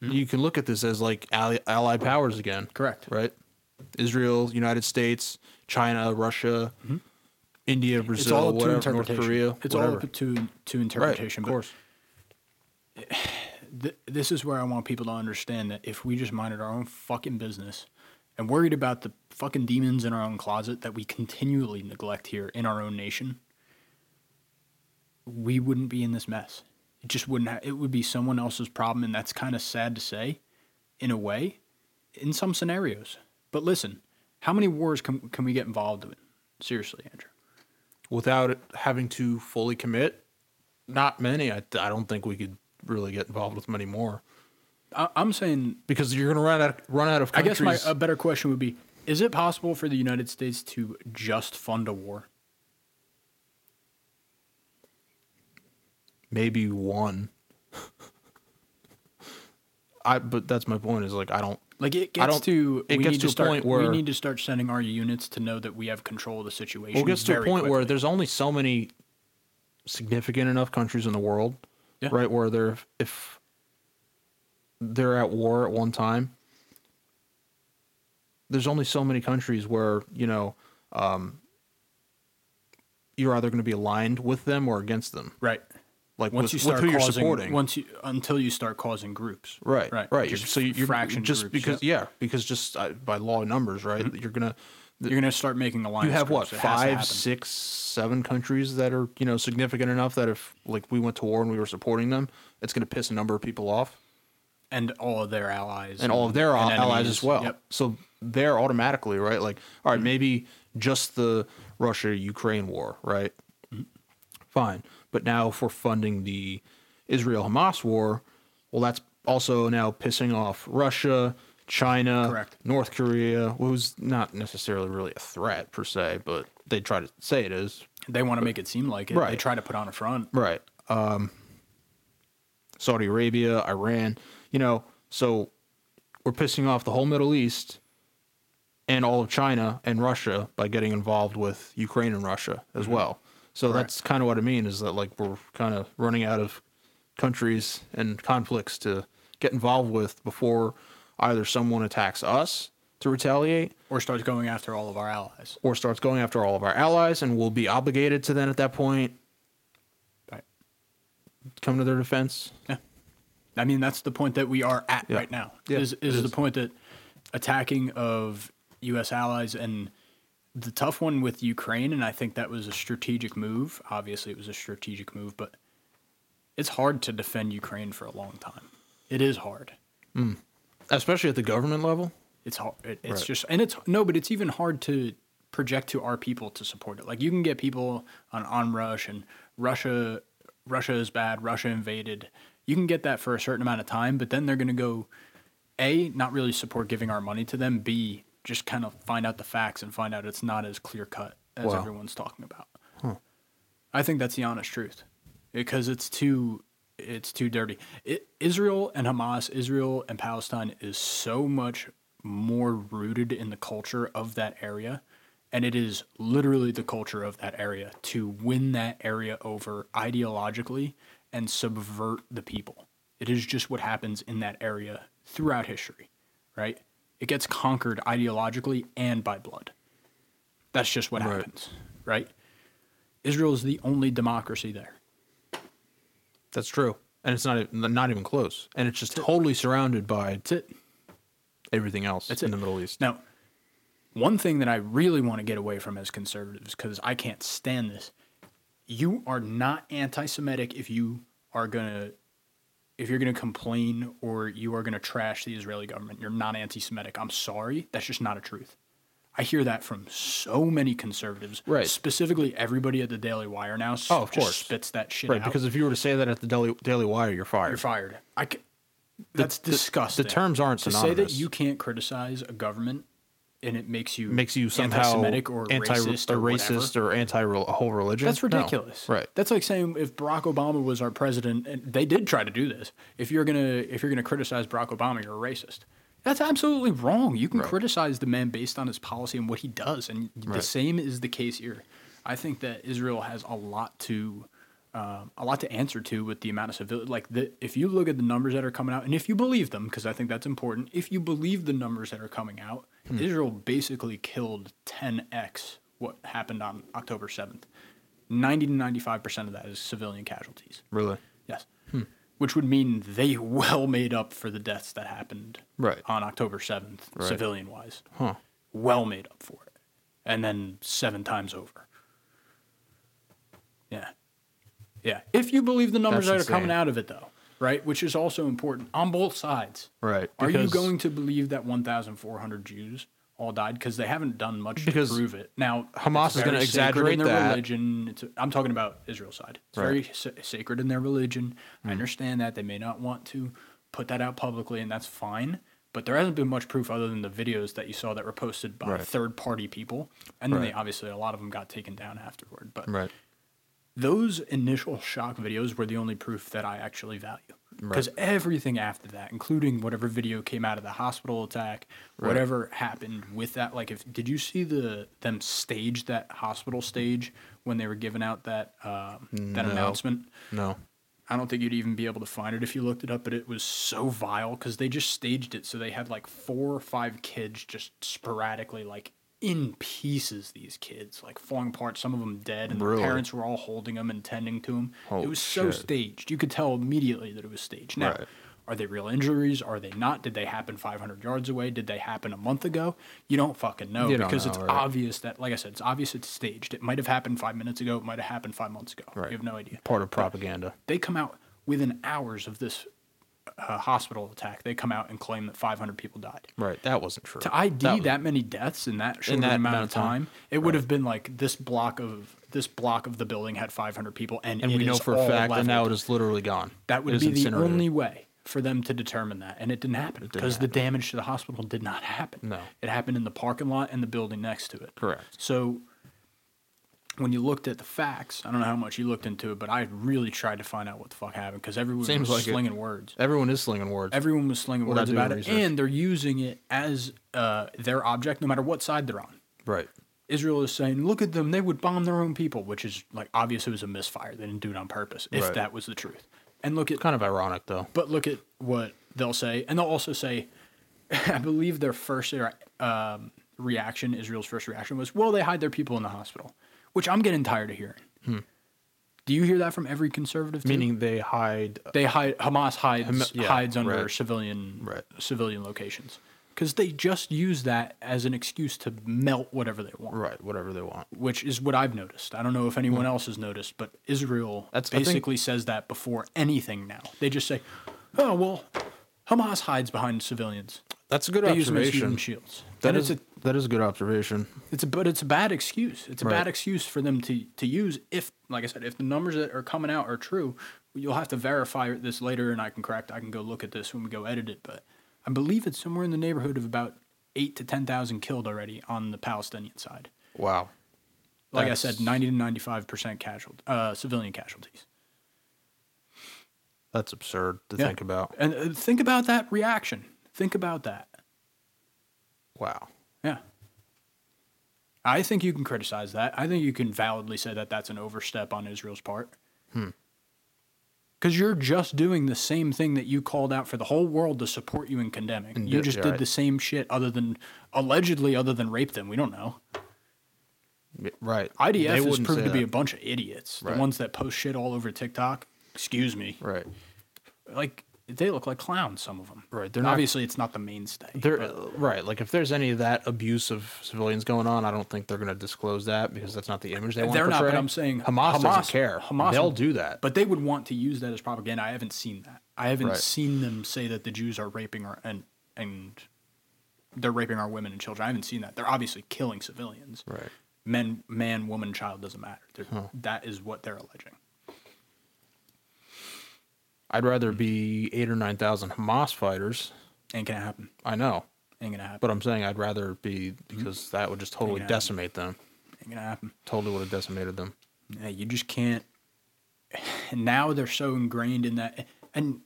you can look at this as like ally, allied powers again,
Hmm. Correct.
right? Israel, United States, China, Russia, India, Brazil,
Mm-hmm. It's all up to
whatever, North
interpretation.
Korea.
it's
whatever.
all up to to
right,
interpretation.
Of
but
course.
th- this is where I want people to understand that if we just minded our own fucking business and worried about the fucking demons in our own closet that we continually neglect here in our own nation, we wouldn't be in this mess. It just wouldn't. Ha- it would be someone else's problem, and that's kind of sad to say, in a way, in some scenarios. But listen, how many wars can can we get involved in? Seriously, Andrew.
Without it having to fully commit, not many. I, I don't think we could really get involved with many more
I- I'm saying
because you're going to run out run out of
I guess
countries.
my uh, a better question would be: Is it possible for the United States to just fund a war?
maybe one. I but that's my point is like I don't
Like it
I
gets
don't-
to
it
we
gets
need
to a
start,
point
we
where-
need to start sending our units to know that we have control of the situation.
well, it gets to a
very
point where
quickly.
there's only so many significant enough countries in the world,
Yeah.
right? Where they're if they're at war at one time, there's only so many countries where you know um, you're either going to be aligned with them or against them.
right
Like
once
with,
you start
with who
causing,
you're supporting,
once you until you start causing groups.
right?
right,
right.
Just
so you're
fraction
just
groups,
because
yeah. Mm-hmm.
yeah, because just uh, by law of numbers, right? You're gonna
you're going to start making alliances.
you have what
It has to
five,
happen.
six, seven countries that are you know significant enough that if like we went to war and we were supporting them, it's going to piss a number of people off
and all of their allies
and all of their
and
allies
enemies.
as well.
Yep.
So they're automatically right. Like all right, maybe just the Russia Ukraine war, right?
Mm-hmm.
Fine, but now if we're funding the Israel Hamas war, well, that's also now pissing off Russia. China,
Correct.
North Korea, who's not necessarily really a threat per se, but they try to say it is
They want to make it seem like it. They
Right.
try to put on a front.
Right. Um, Saudi Arabia, Iran, you know, so we're pissing off the whole Middle East and all of China and Russia by getting involved with Ukraine and Russia as well. So that's kind of what I mean is that like we're kind of running out of countries and conflicts to get involved with before either someone attacks us to retaliate
Or starts going after all of our allies.
or starts going after all of our allies and we'll be obligated to then at that point
Right.
come to their defense.
I mean, that's the point that we are at
Yeah.
right now.
Yeah,
is
it
is the
is.
point that attacking of U.S. allies and the tough one with Ukraine, and I think that was a strategic move. Obviously, it was a strategic move, but it's hard to defend Ukraine for a long time. It is hard.
especially at the government level.
It's hard. It, it's
Right.
just and it's no, but it's even hard to project to our people to support it. Like you can get people on onrush and Russia, Russia is bad. Russia invaded. You can get that for a certain amount of time, but then they're going to go, a not really support giving our money to them. B just kind of find out the facts and find out it's not as clear cut as
Wow.
everyone's talking about. I think that's the honest truth, because it's too it's too dirty. It, Israel and Hamas, Israel and Palestine is so much more rooted in the culture of that area, and it is literally the culture of that area to win that area over ideologically and subvert the people. It is just what happens in that area throughout history, right? It gets conquered ideologically and by blood. That's just what
Right.
happens, right? Israel is the only democracy there.
That's true, and it's not e- not even close, and it's just totally surrounded by
That's it.
everything else
That's
in
it.
the Middle East.
Now, one thing that I really want to get away from as conservatives, because I can't stand this, you are not anti-Semitic if you are gonna if you're gonna complain or you are gonna trash the Israeli government. You're not anti-Semitic. I'm sorry, that's just not a truth. I hear that from so many conservatives,
Right.
Specifically, everybody at the Daily Wire now. s-
Oh, of
just
course.
spits that shit
right,
out.
because if you were to say that at the Daily, Daily Wire, you're fired.
You're fired. I c- that's disgusting.
terms aren't
to say that
synonymous.
you can't criticize a government and it makes you
Makes you somehow
anti-Semitic or
anti
racist or
racist
whatever.
or anti a whole religion.
That's
No.
ridiculous.
Right.
That's like saying if Barack Obama was our president, and they did try to do this. If you're gonna if you're gonna criticize Barack Obama, you're a racist. That's absolutely wrong. You can criticize the man based on his policy and what he does, and the
Right.
same is the case here. I think that Israel has a lot to um, a lot to answer to with the amount of civil. Like the, if you look at the numbers that are coming out, and if you believe them, because I think that's
Hmm.
important. If you believe the numbers that are coming out, Israel basically killed 10x what happened on October 7th. 90 to 95% of that is civilian casualties.
Really?
Yes.
Hmm.
Which would mean they well made up for the deaths that happened
Right.
on October 7th,
Right.
civilian wise.
Huh.
Well made up for it. And then seven times over. Yeah. Yeah. If you believe the numbers
That's
that are coming
insane.
out of it, though, right? Which is also important on both sides.
Right.
Are you
because-
going to believe that 1,400 Jews all died? Because they haven't done much
Because
to prove it. Now,
Hamas
it's
is gonna
very sacred in
exaggerate
their
that.
Religion. It's, I'm talking about Israel's side. It's very sa- sacred in their religion.
Mm.
I understand that they may not want to put that out publicly, and that's fine. But there hasn't been much proof other than the videos that you saw that were posted by
Right.
third-party people, and then they
Right.
obviously a lot of them got taken down afterward. But
Right.
those initial shock videos were the only proof that I actually value. Because everything after that, including whatever video came out of the hospital attack, whatever happened with that, like if did you see the them stage that hospital stage when they were giving out that um that
No.
announcement?
No.
I don't think you'd even be able to find it if you looked it up, but it was so vile because they just staged it so they had like four or five kids just sporadically like in pieces. These kids like falling apart, some of them dead, and
Really?
their parents were all holding them and tending to them.
Holy
it was so
shit.
staged; you could tell immediately that it was staged. Now,
Right.
are they real injuries? Are they not? Did they happen 500 yards away? Did they happen a month ago? You don't fucking know
You don't
because it's
know, right.
obvious that, like I said, it's obvious it's staged. It might have happened five minutes ago. It might have happened five months ago.
Right.
You have no idea
Part of propaganda.
they come out within hours of this uh, hospital attack. They come out and claim that 500 people died.
Right. That wasn't true.
To ID
That
that,
was-
many deaths in that short
that
amount,
amount
of
of time.
time, it would have been like this block of this block of the building had 500 people, and,
and
it
we know
is
for
all
a fact that
leveled.
now it is literally gone.
that
It
would
is
be the
incinerated.
only way for them to determine that, and it didn't happen
didn't
because the damage to the hospital did not happen.
No.
it happened in the parking lot and the building next to it.
Correct.
So when you looked at the facts, I don't know how much you looked into it, but I really tried to find out what the fuck happened because everyone
Seems
was
like it.
slinging words.
Everyone is slinging words.
Everyone was slinging
Without
words
doing
about it,
research.
and they're using it as uh, their object, no matter what side they're on.
right.
Israel is saying, "Look at them; they would bomb their own people," which is like obvious. It was a misfire; they didn't do it on purpose. If
Right.
that was the truth, and look at
Kind of ironic though.
but look at what they'll say, and they'll also say, I believe their first um, reaction, Israel's first reaction was, well, they hide their people in the hospital, which I'm getting tired of hearing.
Hmm.
Do you hear that from every conservative? too?
Meaning they hide. uh,
they hide Hamas hides
Hama- yeah,
hides under
right.
civilian
Right.
civilian locations because they just use that as an excuse to melt whatever they want.
Right. Whatever they want.
Which is what I've noticed. I don't know if anyone else has noticed, but Israel
Hmm. That's- I think-
basically says that before anything now. They just say, "Oh well, Hamas hides behind civilians.
That's a good
They use them as
observation.
human shields."
That
and
is
it's a
that is a good observation.
it's a, but it's a bad excuse. It's a
Right.
bad excuse for them to to use if, like I said, if the numbers that are coming out are true. You'll have to verify this later, and I can correct. I can go look at this when we go edit it. But I believe it's somewhere in the neighborhood of about eight to ten thousand killed already on the Palestinian side.
Wow.
Like I
That's-
said, ninety to ninety-five percent casualty, uh, civilian casualties.
That's absurd to
Yeah.
think about.
And uh, think about that reaction. Think about that.
Wow.
Yeah. I think you can criticize that. I think you can validly say that that's an overstep on Israel's part.
Hmm.
Because you're just doing the same thing that you called out for the whole world to support you in condemning.
And
you
do-
just
yeah,
did
right.
the same shit, other than allegedly, other than rape them. We don't know.
Y- Right. They
IDF is
wouldn't
proven
say
to be a
that.
bunch of idiots.
Right.
The ones that post shit all over TikTok. Excuse me.
Right.
Like they look like clowns. Some of them.
Right, they're not-
obviously it's not the mainstay.
There, uh,
but-
right. Like if there's any of that abuse of civilians going on, I don't think they're going to disclose that because that's not the image they want.
They're
to
not,
portray.
but I'm saying
Hamas, doesn't care.
Hamas,
They'll do that.
but they would want to use that as propaganda. I haven't seen that. I haven't
Right.
seen them say that the Jews are raping our, and and they're raping our women and children. I haven't seen that. They're obviously killing civilians.
Right.
Men, man, woman, child doesn't matter. They're- That is what they're alleging.
I'd rather be eight or nine thousand Hamas fighters.
Ain't gonna happen.
I know,
Ain't gonna happen.
but I'm saying I'd rather be because that would just totally
Yeah.
decimate them.
Ain't gonna happen.
Totally would have decimated them.
Yeah, you just can't. And now they're so ingrained in that. And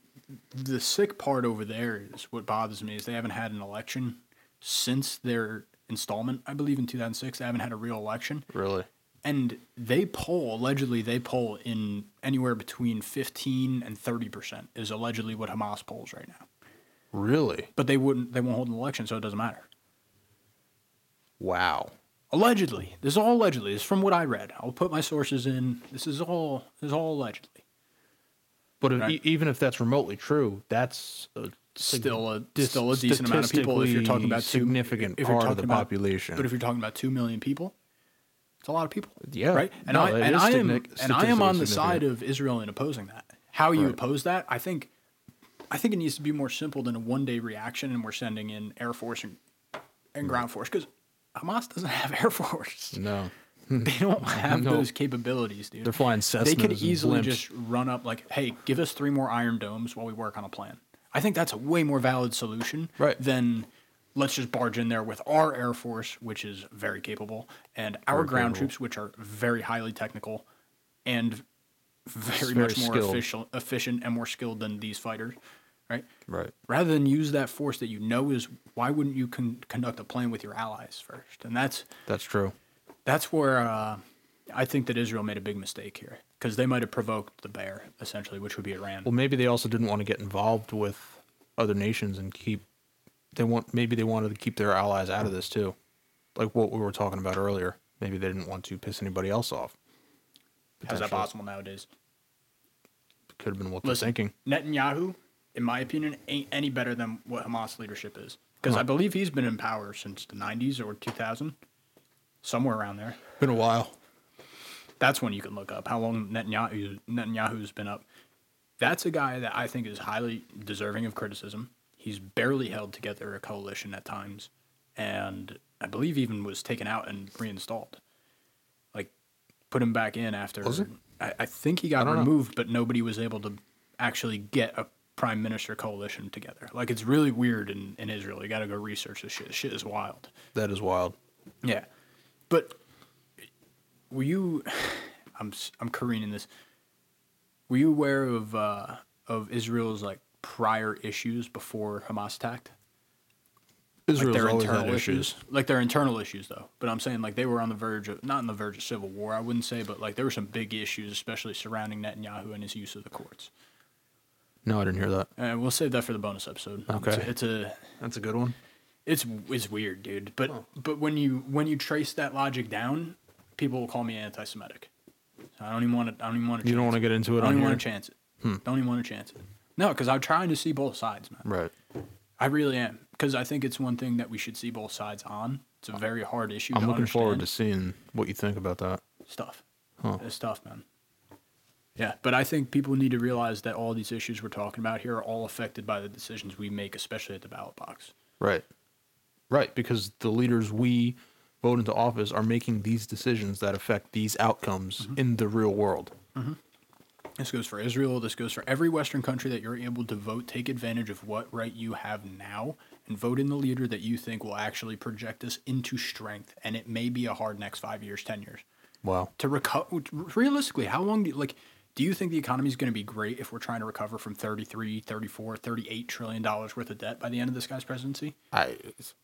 the sick part over there is what bothers me is they haven't had an election since their installment. I believe in 2006, they haven't had a real election.
Really.
And they poll, allegedly, they poll in anywhere between 15 and 30% is allegedly what Hamas polls right now.
Really.
But they wouldn't, they won't hold an election, so it doesn't matter.
Wow.
Allegedly, this is all allegedly. This is from what I read. I'll put my sources in. This is all. This is all allegedly.
But if,
Right.
e- even if that's remotely true, that's a sig-
Still a
dis-
still a decent amount of people. If you're talking about two,
significant
if you're
part of the
talking about-
population.
but if you're talking about two million people, it's a lot of people.
Yeah.
right. And
No,
I
it
and
is
I am
signific-
and I am on the
statistically
side of Israel in opposing that. How you
Right.
oppose that, I think, I think it needs to be more simple than a one day reaction, and we're sending in air force and, and ground force because Hamas doesn't have air force.
no,
they don't have
No.
those capabilities, dude.
they're flying Cessnas.
they could
and
easily
blimps.
just run up like, "Hey, give us three more Iron Domes while we work on a plan." I think that's a way more valid solution
Right.
than let's just barge in there with our Air Force, which is very capable, and our ground troops, which are very highly technical and very,
very
much more
skilled.
efficient, efficient and more skilled than these fighters, right?
right.
rather than use that force that you know is why wouldn't you con- conduct a plan with your allies first and that's
That's true.
that's where uh, i think that israel made a big mistake here because they might have provoked the bear essentially which would be iran
Well, maybe they also didn't want to get involved with other nations and keep. They want maybe they wanted to keep their allies out of this too, like what we were talking about earlier. Maybe they didn't want to piss anybody else off.
how's that
potentially.
possible nowadays
Could have been what they're
Listen,
thinking.
netanyahu in my opinion ain't any better than what hamas leadership is because i
Huh.
believe he's been in power since the 90s or 2000 somewhere around there
Been a while.
That's one you can look up. How long Netanyahu Netanyahu's been up? That's a guy that I think is highly deserving of criticism. He's barely held together a coalition at times, and I believe even was taken out and reinstalled. Like, put him back in after.
Was he?
I, I think he got
don't know.
removed, but nobody was able to actually get a prime minister coalition together. Like, it's really weird in, in Israel. You got to go research this shit. Shit is wild.
That is wild.
Yeah, but were you? I'm s- I'm careening this. Were you aware of uh, of Israel's like prior issues before Hamas attacked? Like
Israel's
their
always had
internal
issues.
issues, like their internal issues though. But I'm saying like they were on the verge of not on the verge of civil war. I wouldn't say, but like there were some big issues, especially surrounding Netanyahu and his use of the courts.
No, I didn't hear that.
And we'll save that for the bonus episode.
Okay.
it's, it's a
That's a good one.
it's it's weird, dude. But but when you when you trace that logic down, people will call me anti-Semitic. So I don't even want to. I don't even want to.
You don't want to get into
I
it
don't
on
even
here.
want to chance it. Don't even want to chance it. No, because I'm trying to see both sides, man.
Right.
I really am, because I think it's one thing that we should see both sides on. It's a very hard issue.
I'm
to
looking forward to
understand.
seeing what you think about that.
stuff.
Huh.
It's tough, man. Yeah, but I think people need to realize that all these issues we're talking about here are all affected by the decisions we make, especially at the ballot box.
Right. Right, because the leaders we vote into office are making these decisions that affect these outcomes
Mm-hmm.
in the real world.
This goes for Israel. This goes for every Western country that you're able to vote. Take advantage of what right you have now and vote in the leader that you think will actually project us into strength. And it may be a hard next five years, 10 years.
Wow.
To recover, realistically, how long do you, like, do you think the economy is going to be great if we're trying to recover from 33, 34, 38 trillion dollars worth of debt by the end of this guy's presidency?
I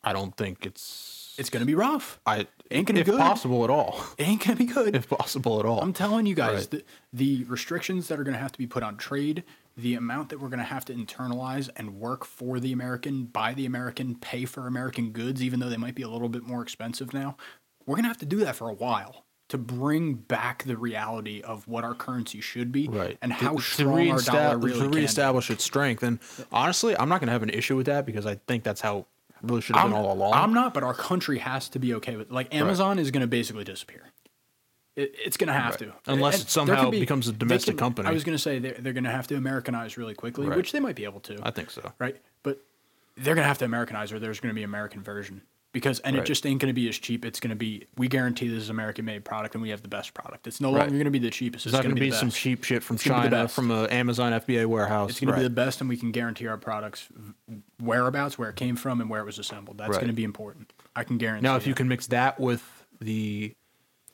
I don't think it's
It's going to be rough.
I
Ain't gonna be
if
good.
possible at all.
It ain't going to be good.
If possible at all.
I'm telling you guys,
Right.
the, the restrictions that are going to have to be put on trade, the amount that we're going to have to internalize and work for the American, buy the American, pay for American goods, even though they might be a little bit more expensive now, we're going to have to do that for a while to bring back the reality of what our currency should be
right.
and
To-
how
to
strong our
reestab-
dollar really
to
can be.
reestablish its strength. And honestly, I'm not going to have an issue with that because I think that's how it really should have
I'm,
been all along.
I'm not, but our country has to be okay with Like Amazon is going to basically disappear. It, it's going to have
Right.
to,
Unless
And
it
there
somehow
could
becomes a
they
domestic
can-
company.
I was going to say they're, they're going to have to Americanize really quickly,
Right.
which they might be able to.
I think so.
Right, but they're going to have to Americanize, or there's going to be an American version because, and it
Right.
just ain't going to be as cheap. It's going to be we guarantee this is American-made product, and we have the best product. It's no
Right.
longer going to be the
It's
cheapest. It's,
not
going to
be,
the
some
best.
cheap shit from
It's gonna be the
China
best.
from an Amazon FBA warehouse.
It's going to
Right.
be the best, and we can guarantee our products whereabouts, where it came from, and where it was assembled. That's
Right.
going to be important. I can guarantee.
now, if you
that.
can mix that with the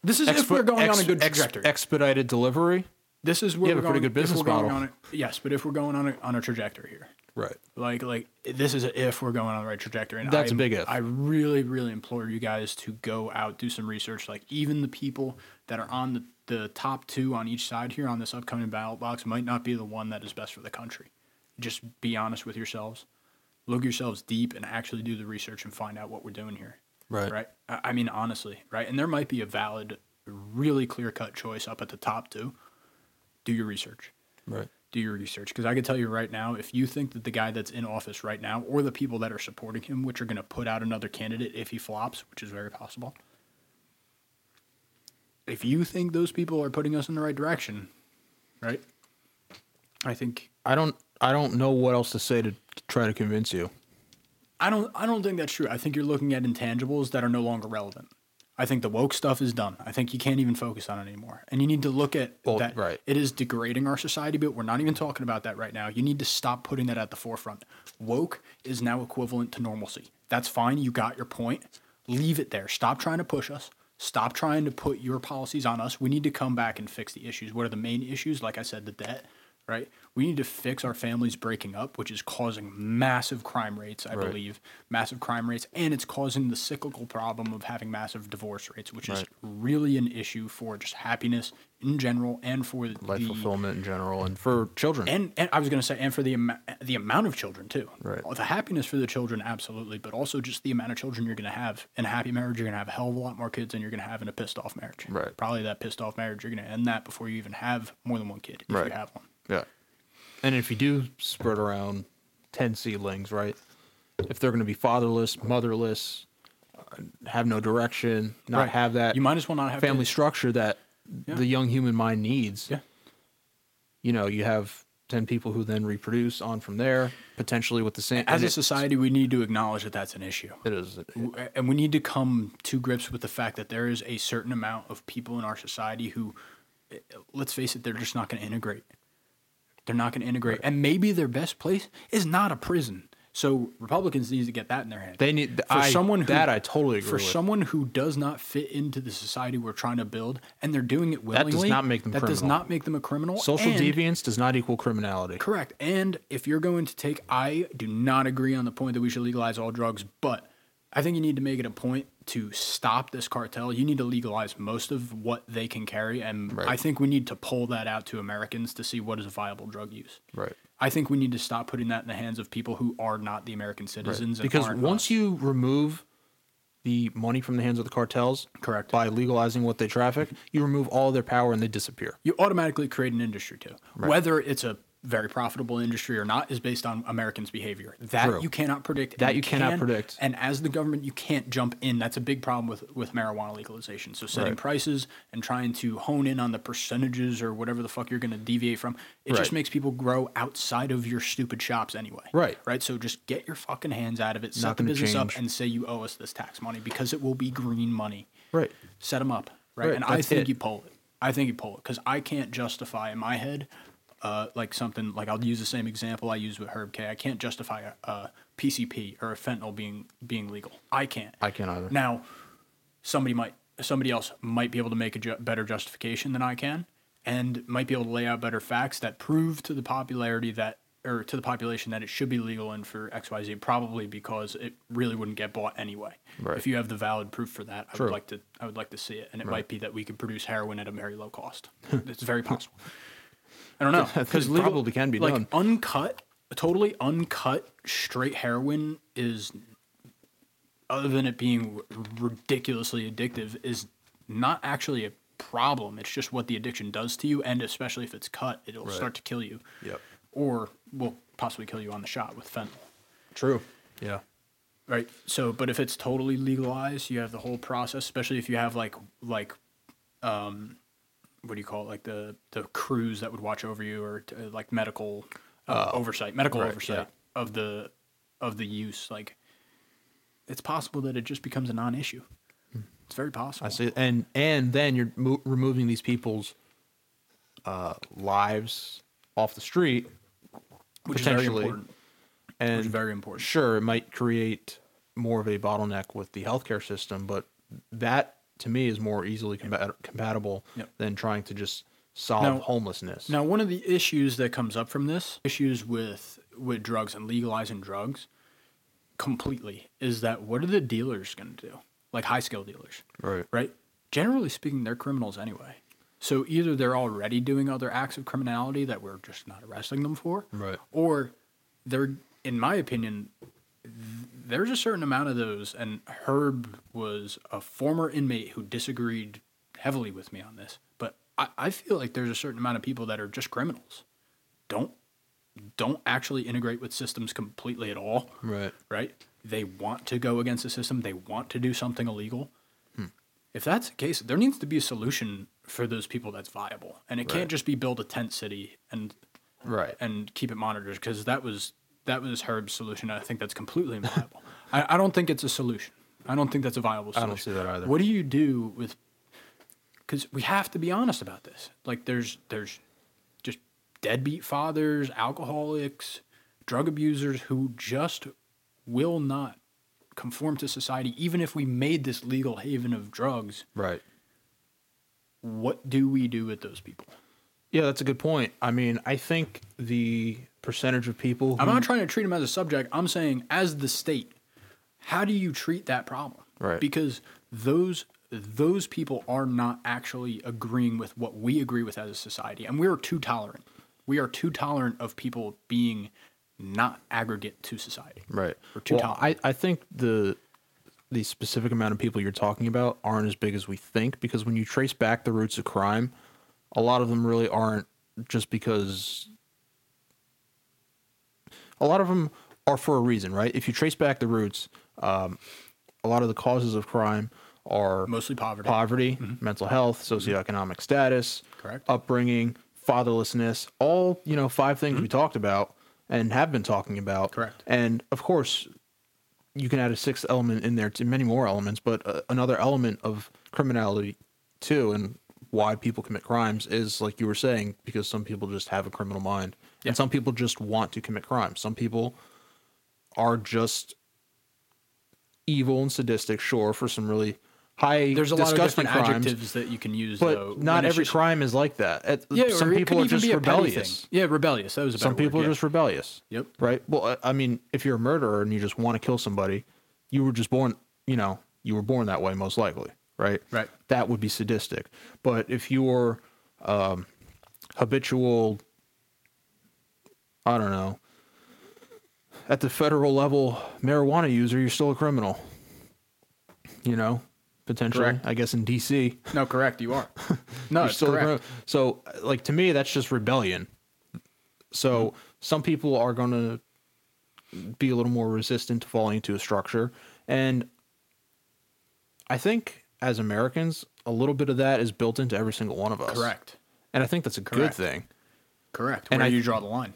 This is
expe-
if we're going
ex-
on a good
ex-
trajectory.
expedited delivery.
this is where
you
we're
have a pretty
going-
good
if we're
business
going
model.
on a- yes, but if we're going on a, on a trajectory here,
Right.
like like this is a if we're going on the right trajectory. And
That's
I,
a big if.
I really really implore you guys to go out do some research. Like even the people that are on the the top two on each side here on this upcoming ballot box might not be the one that is best for the country. Just be honest with yourselves. Look yourselves deep and actually do the research and find out what we're doing here.
Right.
Right. I I mean, honestly, right. And there might be a valid, really clear cut choice up at the top too. Do your research.
Right.
Do your research because I can tell you right now, if you think that the guy that's in office right now, or the people that are supporting him, which are going to put out another candidate if he flops, which is very possible, if you think those people are putting us in the right direction, right? I think
I don't I don't know what else to say to try to convince you.
I don't I don't think that's true. I think you're looking at intangibles that are no longer relevant. I think the woke stuff is done. I think you can't even focus on it anymore. And you need to look at
Well,
that
right.
it is degrading our society, but we're not even talking about that right now. You need to stop putting that at the forefront. Woke is now equivalent to normalcy. That's fine. You got your point. Leave it there. Stop trying to push us. Stop trying to put your policies on us. We need to come back and fix the issues. What are the main issues? Like I said, the debt, right? We need to fix our families breaking up, which is causing massive crime rates, I
Right.
believe, massive crime rates, and it's causing the cyclical problem of having massive divorce rates, which is
Right.
really an issue for just happiness in general and for the
Life fulfillment in general and for children.
and, and I was going to say, and for the ama- the amount of children too.
Right.
The happiness for the children, absolutely, but also just the amount of children you're going to have in a happy marriage. You're going to have a hell of a lot more kids than you're going to have in a pissed off marriage.
Right.
Probably that pissed off marriage, you're going to end that before you even have more than one kid if you
Right.
have one.
yeah. And if you do spread around 10 seedlings, right? If they're going to be fatherless, motherless, uh, have no direction, not
Right.
have that
You might as well not have
family
kids.
structure that
Yeah.
the young human mind needs.
Yeah.
You know, you have 10 people who then reproduce on from there, potentially with the same.
As
and
a
it-
society, we need to acknowledge that that's an issue.
It is.
W- and we need to come to grips with the fact that there is a certain amount of people in our society who eh, let's face it they're just not going to integrate they're not going to integrate and maybe their best place is not a prison so republicans need to get that in their head
They need.
for
I,
someone who,
that I totally agree
for
with.
someone who does not fit into the society we're trying to build and they're doing it
does
willingly
not make them
that does
criminal.
not make them a criminal
Social
and-
deviance does not equal criminality.
Correct. And if you're going to take, I do not agree on the point that we should legalize all drugs, but I think you need to make it a point to stop this cartel. You need to legalize most of what they can carry. And
Right.
I think we need to pull that out to Americans to see what is a viable drug use.
Right.
I think we need to stop putting that in the hands of people who are not the American citizens. and
Because
aren't
once
us.
you remove the money from the hands of the cartels,
Correct.
by legalizing what they traffic, you remove all their power and they disappear.
you automatically create an industry too. Whether it's a very profitable industry or not is based on Americans' behavior. That
True.
you cannot predict. and
That you cannot predict.
And as the government, you can't jump in. That's a big problem with, with marijuana legalization. So setting
Right.
prices and trying to hone in on the percentages or whatever the fuck you're going to deviate from, it just
Right.
makes people grow outside of your stupid shops anyway.
Right.
Right. So just get your fucking hands out of it. Set
Not
the
gonna
business up
change.
and say you owe us this tax money because it will be green money
Right.
set them up, right?
Right,
and I
that's
think
it.
you pull it. I think you pull it because I can't justify in my head, uh, like something like I'll use the same example I use with Herb K. I can't justify a, a PCP or a fentanyl being being legal. I can't.
I can't either.
Now, somebody might somebody else might be able to make a ju- better justification than I can, and might be able to lay out better facts that prove to the popularity that or to the population that it should be legal and for X Y Z. Probably because it really wouldn't get bought anyway.
Right.
If you have the valid proof for that, I
True.
would like to I would like to see it, and it might be that we could produce heroin at a very low cost. it's very possible. I don't know
I think it probably can be
like
done.
uncut, totally uncut straight heroin is other than it being r- ridiculously addictive, is not actually a problem. It's just what the addiction does to you, and especially if it's cut, it'll start to kill you.
Yep.
Or will possibly kill you on the shot with fentanyl.
True. Yeah.
Right. So, but if it's totally legalized, you have the whole process, especially if you have like like, um, what do you call it? Like the the crews that would watch over you, or t- uh, like medical uh, oversight, medical
Oh, right,
oversight of the of the use. Like, it's possible that it just becomes a non-issue. It's very possible.
Hmm. I see. And and then you're mo- removing these people's uh, lives off the street,
Which is very
potentially,
important.
and
Which is very important.
Sure, it might create more of a bottleneck with the healthcare system, but that to me is more easily combat- compatible
Yep.
than trying to just solve
Now-
homelessness.
Now, one of the issues that comes up from this issues with with drugs and legalizing drugs completely is that what are the dealers going to do? Like high scale dealers,
Right.
right? Generally speaking, they're criminals anyway. So either they're already doing other acts of criminality that we're just not arresting them for,
Right.
Or they're, in my opinion, there's a certain amount of those, and Herb was a former inmate who disagreed heavily with me on this. But I, I feel like there's a certain amount of people that are just criminals, don't don't actually integrate with systems completely at all.
Right.
Right? They want to go against the system. They want to do something illegal.
Hmm.
If that's the case, there needs to be a solution for those people that's viable, and it
Right.
can't just be build a tent city and
Right.
and keep it monitored because that was that was Herb's solution. I think that's completely inviable. I, I don't think it's a solution. I don't think that's a viable
I
solution.
don't see that either.
What do you do with? Because we have to be honest about this. Like there's there's just deadbeat fathers, alcoholics, drug abusers who just will not conform to society. Even if we made this legal haven of drugs,
Right.
what do we do with those people?
Yeah, that's a good point. I mean, I think the percentage of people
I'm
who-
not trying to treat him as a subject. I'm saying as the state, how do you treat that problem?
Right.
Because those those people are not actually agreeing with what we agree with as a society, and we are too tolerant. We are too tolerant of people being not aggregate to society.
Right.
Or two
well,
top.
I, I think the the specific amount of people you're talking about aren't as big as we think because when you trace back the roots of crime, a lot of them really aren't just because a lot of them are for a reason, right? If you trace back the roots, um, a lot of the causes of crime are
Mostly poverty. Mm-hmm.
poverty, mental health, socioeconomic status,
Correct.
upbringing, fatherlessness, all, you know, five things we talked about and have been talking about.
Mm-hmm. Correct.
And of course, you can add a sixth element in there to many more elements, but uh, another element of criminality too and why people commit crimes is like you were saying because some people just have a criminal mind
Yeah.
and some people just want to commit crimes. Some people are just evil and sadistic, sure, for some really high
There's a lot of
disgusting
different
crimes,
adjectives that you can use,
but
though. when
not
it's
every
just-
crime is like that. At-
Yeah,
some
or it
people
could
are
even
just
be a petty
rebellious.
thing. Yeah, rebellious. That was a better
Some people
word,
are
yeah.
just rebellious.
Yep.
Right. Well, I- I mean, if you're a murderer and you just want to kill somebody, you were just born. You know, you were born that way, most likely. Right.
Right.
That would be sadistic. But if you're um, habitual, I don't know, at the federal level, marijuana user, you're still a criminal. You know, potentially.
Correct.
I guess in D.C.
no, correct. You are. No,
You're
it's
still
correct.
grown- So, uh, like to me, that's just rebellion. So
Mm-hmm.
some people are going to be a little more resistant to falling into a structure, and I think as Americans, a little bit of that is built into every single one of us.
Correct.
and I think that's a good
Correct.
thing.
Correct.
And
Where do
I-
you draw the line?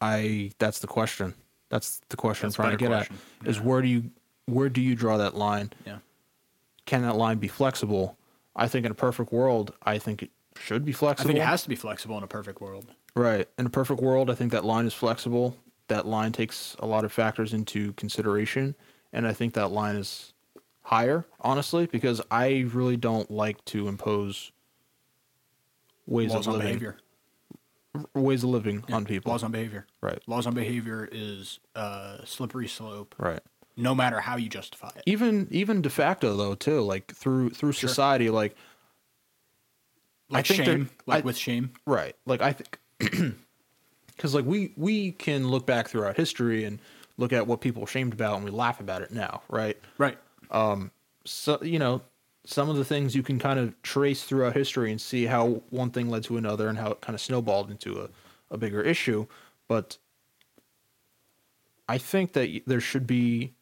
I that's the question. That's the question
That's a
I'm trying to
better
get
question.
at is where do you where do you draw that line?
Yeah.
Can that line be flexible? I think in a perfect world, I think it should be
I
flexible.
think it has to be flexible in a perfect world.
Right. In a perfect world, I think that line is flexible. That line takes a lot of factors into consideration. And I think that line is higher, honestly, because I really don't like to impose ways
Laws
of
on
living
behavior.
ways of living on people.
Laws on behavior.
Right.
Laws on behavior is a slippery slope,
right.
no matter how you justify it.
Even even de facto though too, like through through
Sure.
society, like
Like
think there-
shame, like
I-
with shame.
right like i think because like we we can look back throughout history and look at what people were shamed about and we laugh about it now right
Right.
so you know some of the things you can kind of trace throughout history and see how one thing led to another and how it kind of snowballed into a, a bigger issue but i think that y- there should be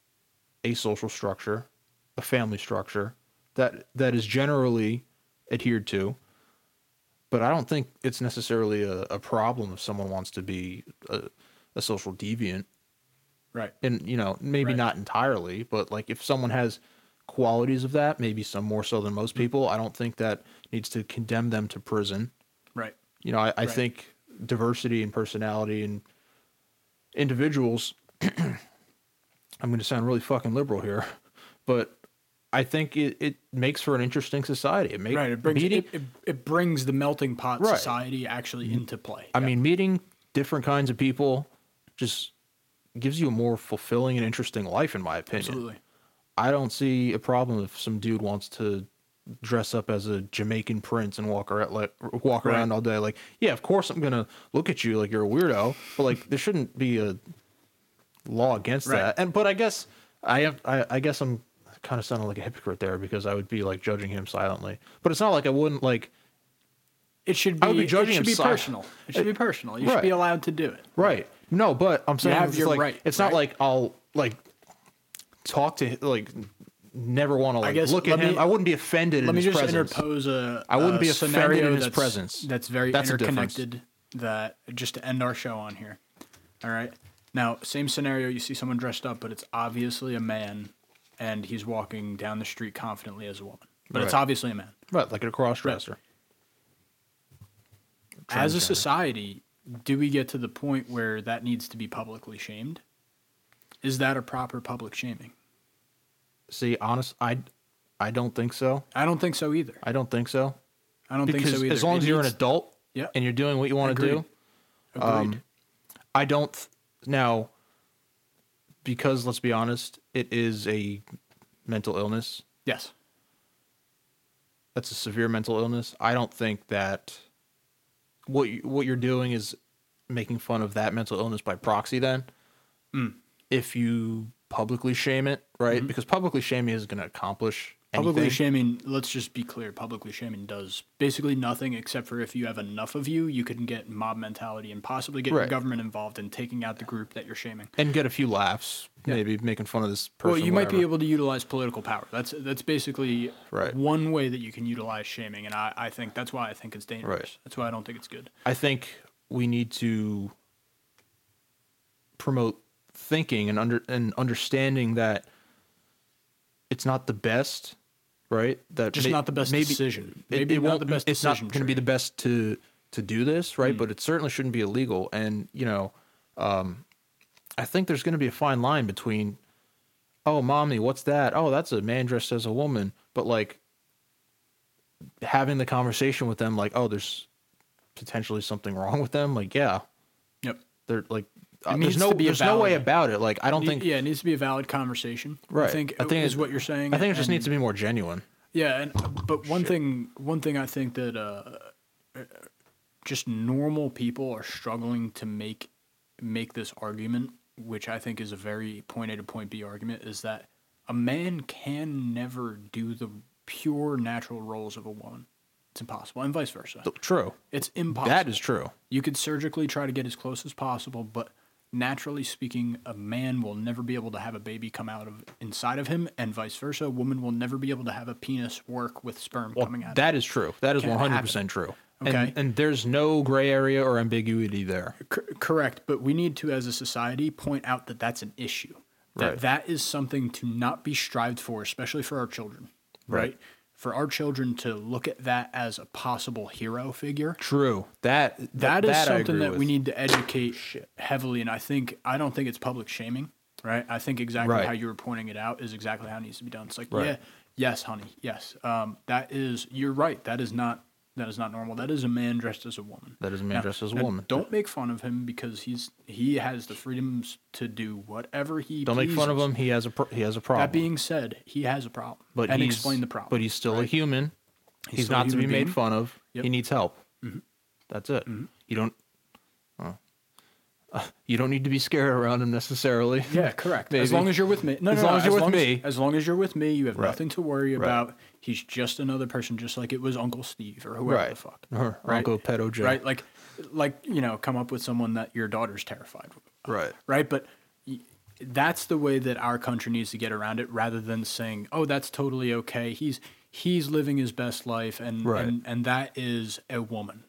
a social structure a family structure that that is generally adhered to but i don't think it's necessarily a, a problem if someone wants to be a, a social deviant
Right.
and you know maybe
Right.
not entirely but like if someone has qualities of that maybe some more so than
Mm-hmm.
most people i don't think that needs to condemn them to prison
Right.
you know i, I
Right.
think diversity and personality and individuals i'm going to sound really fucking liberal here but i think it, it makes for an interesting society it makes
Right. It brings it, it, it brings the melting pot
Right. Mm-hmm.
society actually into play.
I mean, meeting different kinds of people just gives you a more fulfilling and interesting life, in my opinion.
Absolutely.
I don't see a problem if some dude wants to dress up as a Jamaican prince and walk around like walk
Right.
around all day. Like, yeah, of course I'm gonna look at you like you're a weirdo, but like there shouldn't be a law against
Right.
that. And but I guess I have I, I guess I'm kind of sounding like a hypocrite there because I would be like judging him silently. But it's not like I wouldn't like
It should be.
I would be judging
it should
him
be
silent.
personal. It should be personal. You
Right.
should be allowed to do it.
Right. No, but I'm saying
have
it's
your
like
right,
it's
right?
not like I'll like talk to hi- like never want to like
guess-
look at
let me-
him. I wouldn't be offended
Let
in
me
his
just
presence.
interpose a.
I wouldn't
a
be offended in
scenario
his
that's,
presence.
That's very
That's the difference.
interconnected. That just to end our show on here. All right. Now, same scenario. You see someone dressed up, but it's obviously a man, and he's walking down the street confidently as a woman. But it's
Right.
obviously a man.
right, like a crossdresser.
As a
Transgender.
society, do we get to the point where that needs to be publicly shamed? Is that a proper public shaming?
See, honest, I I don't think so.
I don't think so either.
I don't think so.
I don't
because
think so either.
as long
It
as you're an
needs-
adult
Yeah.
and you're doing what you want to
Agreed.
do,
Agreed.
um, I don't th- now because let's be honest, it is a mental illness.
yes.
that's a severe mental illness. I don't think that what you, what you're doing is making fun of that mental illness by proxy. Then,
Mm.
if you publicly shame it, right? Because publicly shaming is going to accomplish anything.
Mm-hmm. Publicly shaming, let's just be clear, publicly shaming does basically nothing except for if you have enough of you, you can get mob mentality and possibly get your
Right.
government involved in taking out the group that you're shaming.
and get a few laughs,
Yeah.
maybe making fun of this person.
well, you might be
whatever.
able to utilize political power. That's that's basically
Right.
one way that you can utilize shaming, and I, I think that's why I think it's dangerous.
Right.
That's why I don't think it's good.
I think we need to promote thinking and under and understanding that it's not the best, right? That
Just not the best decision.
It,
Maybe
it
not
won't.
the best
it's
decision Mm.
not going to be
tree.
the best to to do this, right? But it certainly shouldn't be illegal. And you know, um, I think there's going to be a fine line between, oh, mommy, what's that? Oh, that's a man dressed as a woman. But like having the conversation with them, like, oh, there's potentially something wrong with them. Like, yeah,
Yep.
they're like, uh,
needs
there's
to
no,
be a
there's no way
valid-
about it. Like, I don't
Ne-
think,
yeah, it needs to be a valid conversation.
right.
I think, I think is what you're saying.
I think it just needs
and-
to be more genuine.
Yeah, and uh,
Oh,
but one thing, one thing I think that uh, just normal people are struggling to make make this argument, which I think is a very point A to point B argument, is that a man can never do the pure natural roles of a woman. It's impossible, and vice versa.
Th- True.
It's impossible.
That is true.
You could surgically try to get as close as possible, but naturally speaking, a man will never be able to have a baby come out of inside of him, and vice versa. A woman will never be able to have a penis work with sperm
Well,
coming out.
that is true. That is
Can't
100%
happen.
true.
Okay.
And, and there's no gray area or ambiguity there.
Cor- correct, but we need to, as a society, point out that that's an issue. That
Right.
that is something to not be strived for, especially for our children. Right.
Right.
For our children to look at that as a possible hero figure.
True. That, th-
that is
I
something
agree
that we
with.
need to educate heavily and i think i don't think it's public shaming right i think exactly
Right.
how you were pointing it out is exactly how it needs to be done it's like
Right.
yeah yes honey yes um, that is you're right that is not that is not normal that is a man dressed as a woman
That is a man
Now-
dressed as a
now,
woman.
don't make fun of him because he's he has the freedoms to do whatever he
Don't make fun of
pleases.
him. He has a, pro- he has a problem.
that being said he has a problem
but
and
he's-
explain the problem
But he's still a
right?
human. He's,
still a
not to be
human
made
being.
fun of.
Yep. Mm-hmm.
He needs help. That's it. You don't. oh. Uh, you don't need to be scared around him necessarily.
Yeah, correct. As
Maybe.
long as you're with me. No,
As
no, no,
long as you're with
long
me.
As long as you're with me, you have
Right.
nothing to worry
Right.
about. He's just another person, just like it was Uncle Steve or whoever the
Right.
fuck.
Or Uncle Pedo Joe.
Right. Like, like you know, come up with someone that your daughter's terrified. of,
Right.
Right. But y- that's the way that our country needs to get around it, rather than saying, "Oh, that's totally okay. He's he's living his best life, and
Right.
and, and that is a woman."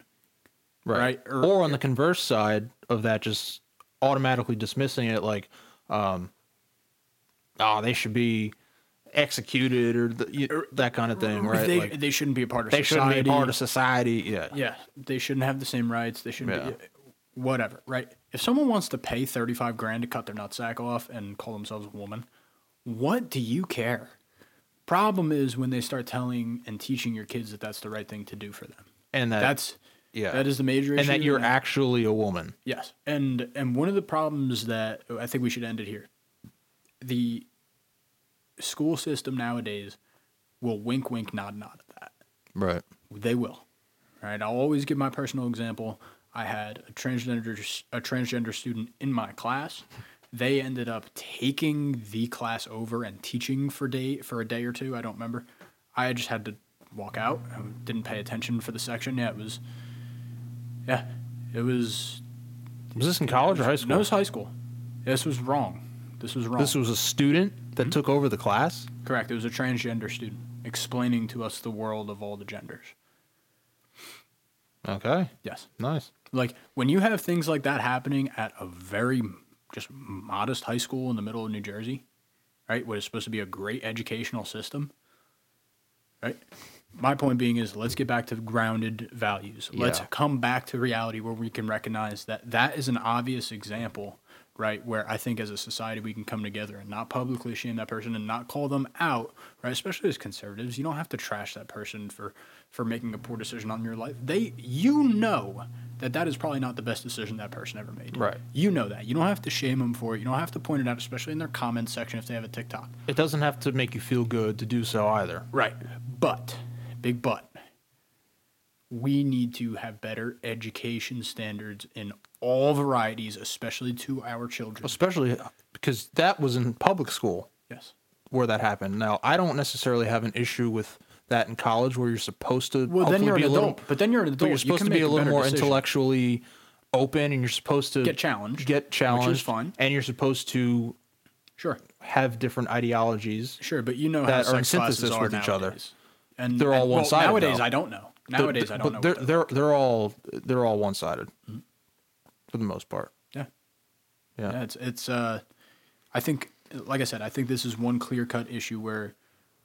Right.
Right,
Or,
or-
on the converse side of that, just automatically dismissing it like, um, oh, they should be executed or the, you, that kind of thing, right?
They,
like,
they shouldn't be a part of
they shouldn't
society.
be part of society. Yeah.
Yeah, they shouldn't have the same rights. They shouldn't
Yeah.
be whatever, right? If someone wants to pay 35 grand to cut their nutsack off and call themselves a woman, what do you care? Problem is when they start telling and teaching your kids that that's the right thing to do for them.
And that,
That's
yeah.
That is the major issue.
and that you're
I-
actually a woman.
Yes, and and one of the problems that I think we should end it here. The school system nowadays will wink, wink, nod, nod at that
Right.
they will. Right? I'll always give my personal example. I had a transgender a transgender student in my class, they ended up taking the class over and teaching for day for a day or two. I don't remember. I just had to walk out. I didn't pay attention for the section. Yeah, it was. Yeah, it was.
Was this in college or high school?
No, it was high school. This was wrong. This was wrong.
This was a student that took over the class.
Correct. It was a transgender student explaining to us the world of all the genders.
Okay,
Yes.
nice.
Like when you have things like that happening at a very just modest high school in the middle of New Jersey, right? What is supposed to be a great educational system, right? My point being is let's get back to grounded values. Let's
Yeah.
come back to reality where we can recognize that that is an obvious example, right? Where I think as a society we can come together and not publicly shame that person and not call them out, right? Especially as conservatives, you don't have to trash that person for for making a poor decision on your life. They, you know, that that is probably not the best decision that person ever made.
Right.
You know that. You don't have to shame them for it. You don't have to point it out, especially in their comments section if they have a TikTok.
It doesn't have to make you feel good to do so either.
Right. But, big but, we need to have better education standards in all varieties, especially to our children.
Especially uh, because that was in public school
Yes.
where that happened. Now, I don't necessarily have an issue with that in college where you're supposed to
Well, then
hopefully
you're
Oh, be
an
a
adult.
little-
but then you're an adult.
but you're
You
supposed
can
to be
make
a little
better
more
decision.
intellectually open and you're supposed to
Get challenged,
Get
which is
challenged.
fine.
And you're supposed to
Sure.
have different ideologies.
Sure. But you know
That
how
are in
sex classes
synthesis
are
with each other.
nowadays. And
They're all
and- well,
one-sided,
Nowadays,
though.
I don't know.
They're-
Nowadays, I
but
don't know.
They're,
what
they're they're all they're all one sided for the most part.
yeah.
Yeah.
Yeah, it's it's. Uh, I think, like I said, I think this is one clear cut issue where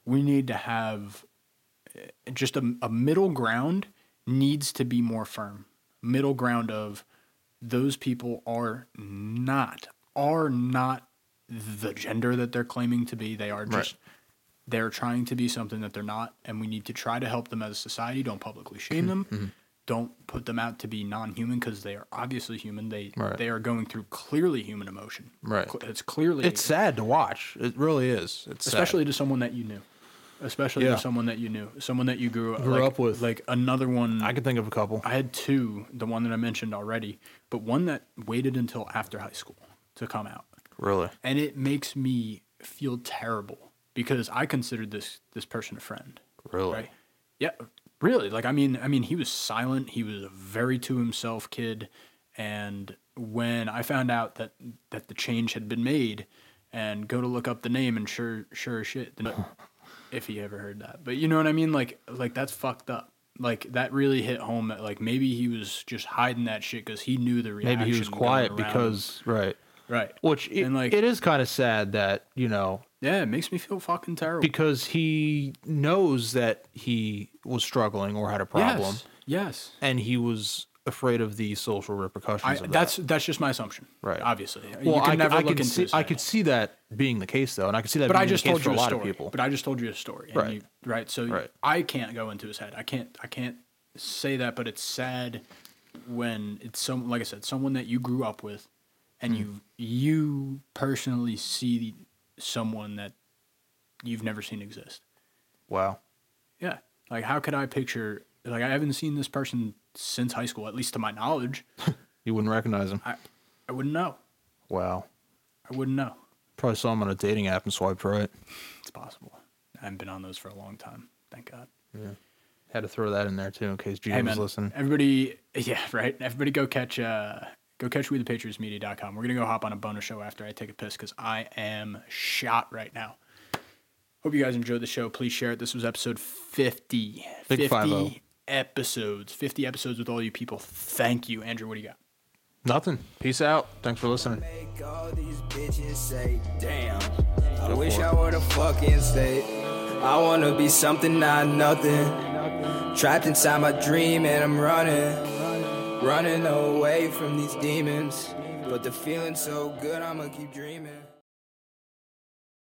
we need to have uh, just a, a middle ground needs to be more firm. Middle ground of those people are not are not the gender that they're claiming to be. They are just they're trying to be something that they're not, and we need to try to help them as a society. Don't publicly shame
Mm-hmm.
them. Don't put them out to be non-human because they are obviously human. They
Right.
they are going through clearly human emotion.
Right.
Cl- It's clearly
It's sad to watch. It really is. It's sad.
especially to someone that you knew, especially
Yeah.
to someone that you knew, someone that you grew,
Grew
like-
up with.
Like another one,
I can think of a couple.
I had two. The one that I mentioned already, but one that waited until after high school to come out,
Really?
and it makes me feel terrible because I considered this this person a friend.
Really?
Right. Yeah, really. Like I mean, I mean, he was silent. He was a very to himself kid. And when I found out that that the change had been made, and go to look up the name, and sure, sure as shit, the- if he ever heard that. But you know what I mean? Like, like that's fucked up. Like that really hit home. That like maybe he was just hiding that shit because he knew the reaction.
Maybe he was
going
quiet
around.
because right.
right.
Which it,
and like
it is kind of sad that you know
yeah, it makes me feel fucking terrible.
because he knows that he was struggling or had a problem,
Yes. Yes.
and he was afraid of the social repercussions.
I,
of that.
that's that's just my assumption.
Right.
Obviously.
well,
you can
I,
never
I
look
could
into
see,
this
I
in
could
it.
see that being the case though, and I could see that.
But
being
I just
the case
told
for
you
a
a
lot
story.
of people.
But I just told you a story. and
Right.
you- right. So
Right.
I can't go into his head. I can't. I can't say that. But it's sad when it's some like I said, someone that you grew up with, and
Hmm.
you you personally see someone that you've never seen exist.
wow.
Yeah. Like how could I picture? Like I haven't seen this person since high school, at least to my knowledge.
You wouldn't recognize him.
I I wouldn't know.
Wow.
I wouldn't know.
Probably saw him on a dating app and swiped right.
It's possible. I haven't been on those for a long time. Thank God.
Had to throw that in there too in case Gina
Hey
was
man,
listening.
everybody, yeah, right. Everybody, go catch, uh, go catch we the patriots media.com. We're gonna go hop on a bonus show after I take a piss because I am shot right now. Hope you guys enjoyed the show. Please share it. This was episode fifty.
Big 50.
50 episodes. Fifty episodes with all you people. Thank you, Andrew. What do you got?
Nothing. Peace out. Thanks for listening.
Make all these bitches say, damn. I
Go
wish
for it.
I would've fucking stayed. I wanna be something, not nothing. Trapped inside my dream and I'm running. Running away from these demons. But the feeling's so good, I'ma keep dreaming.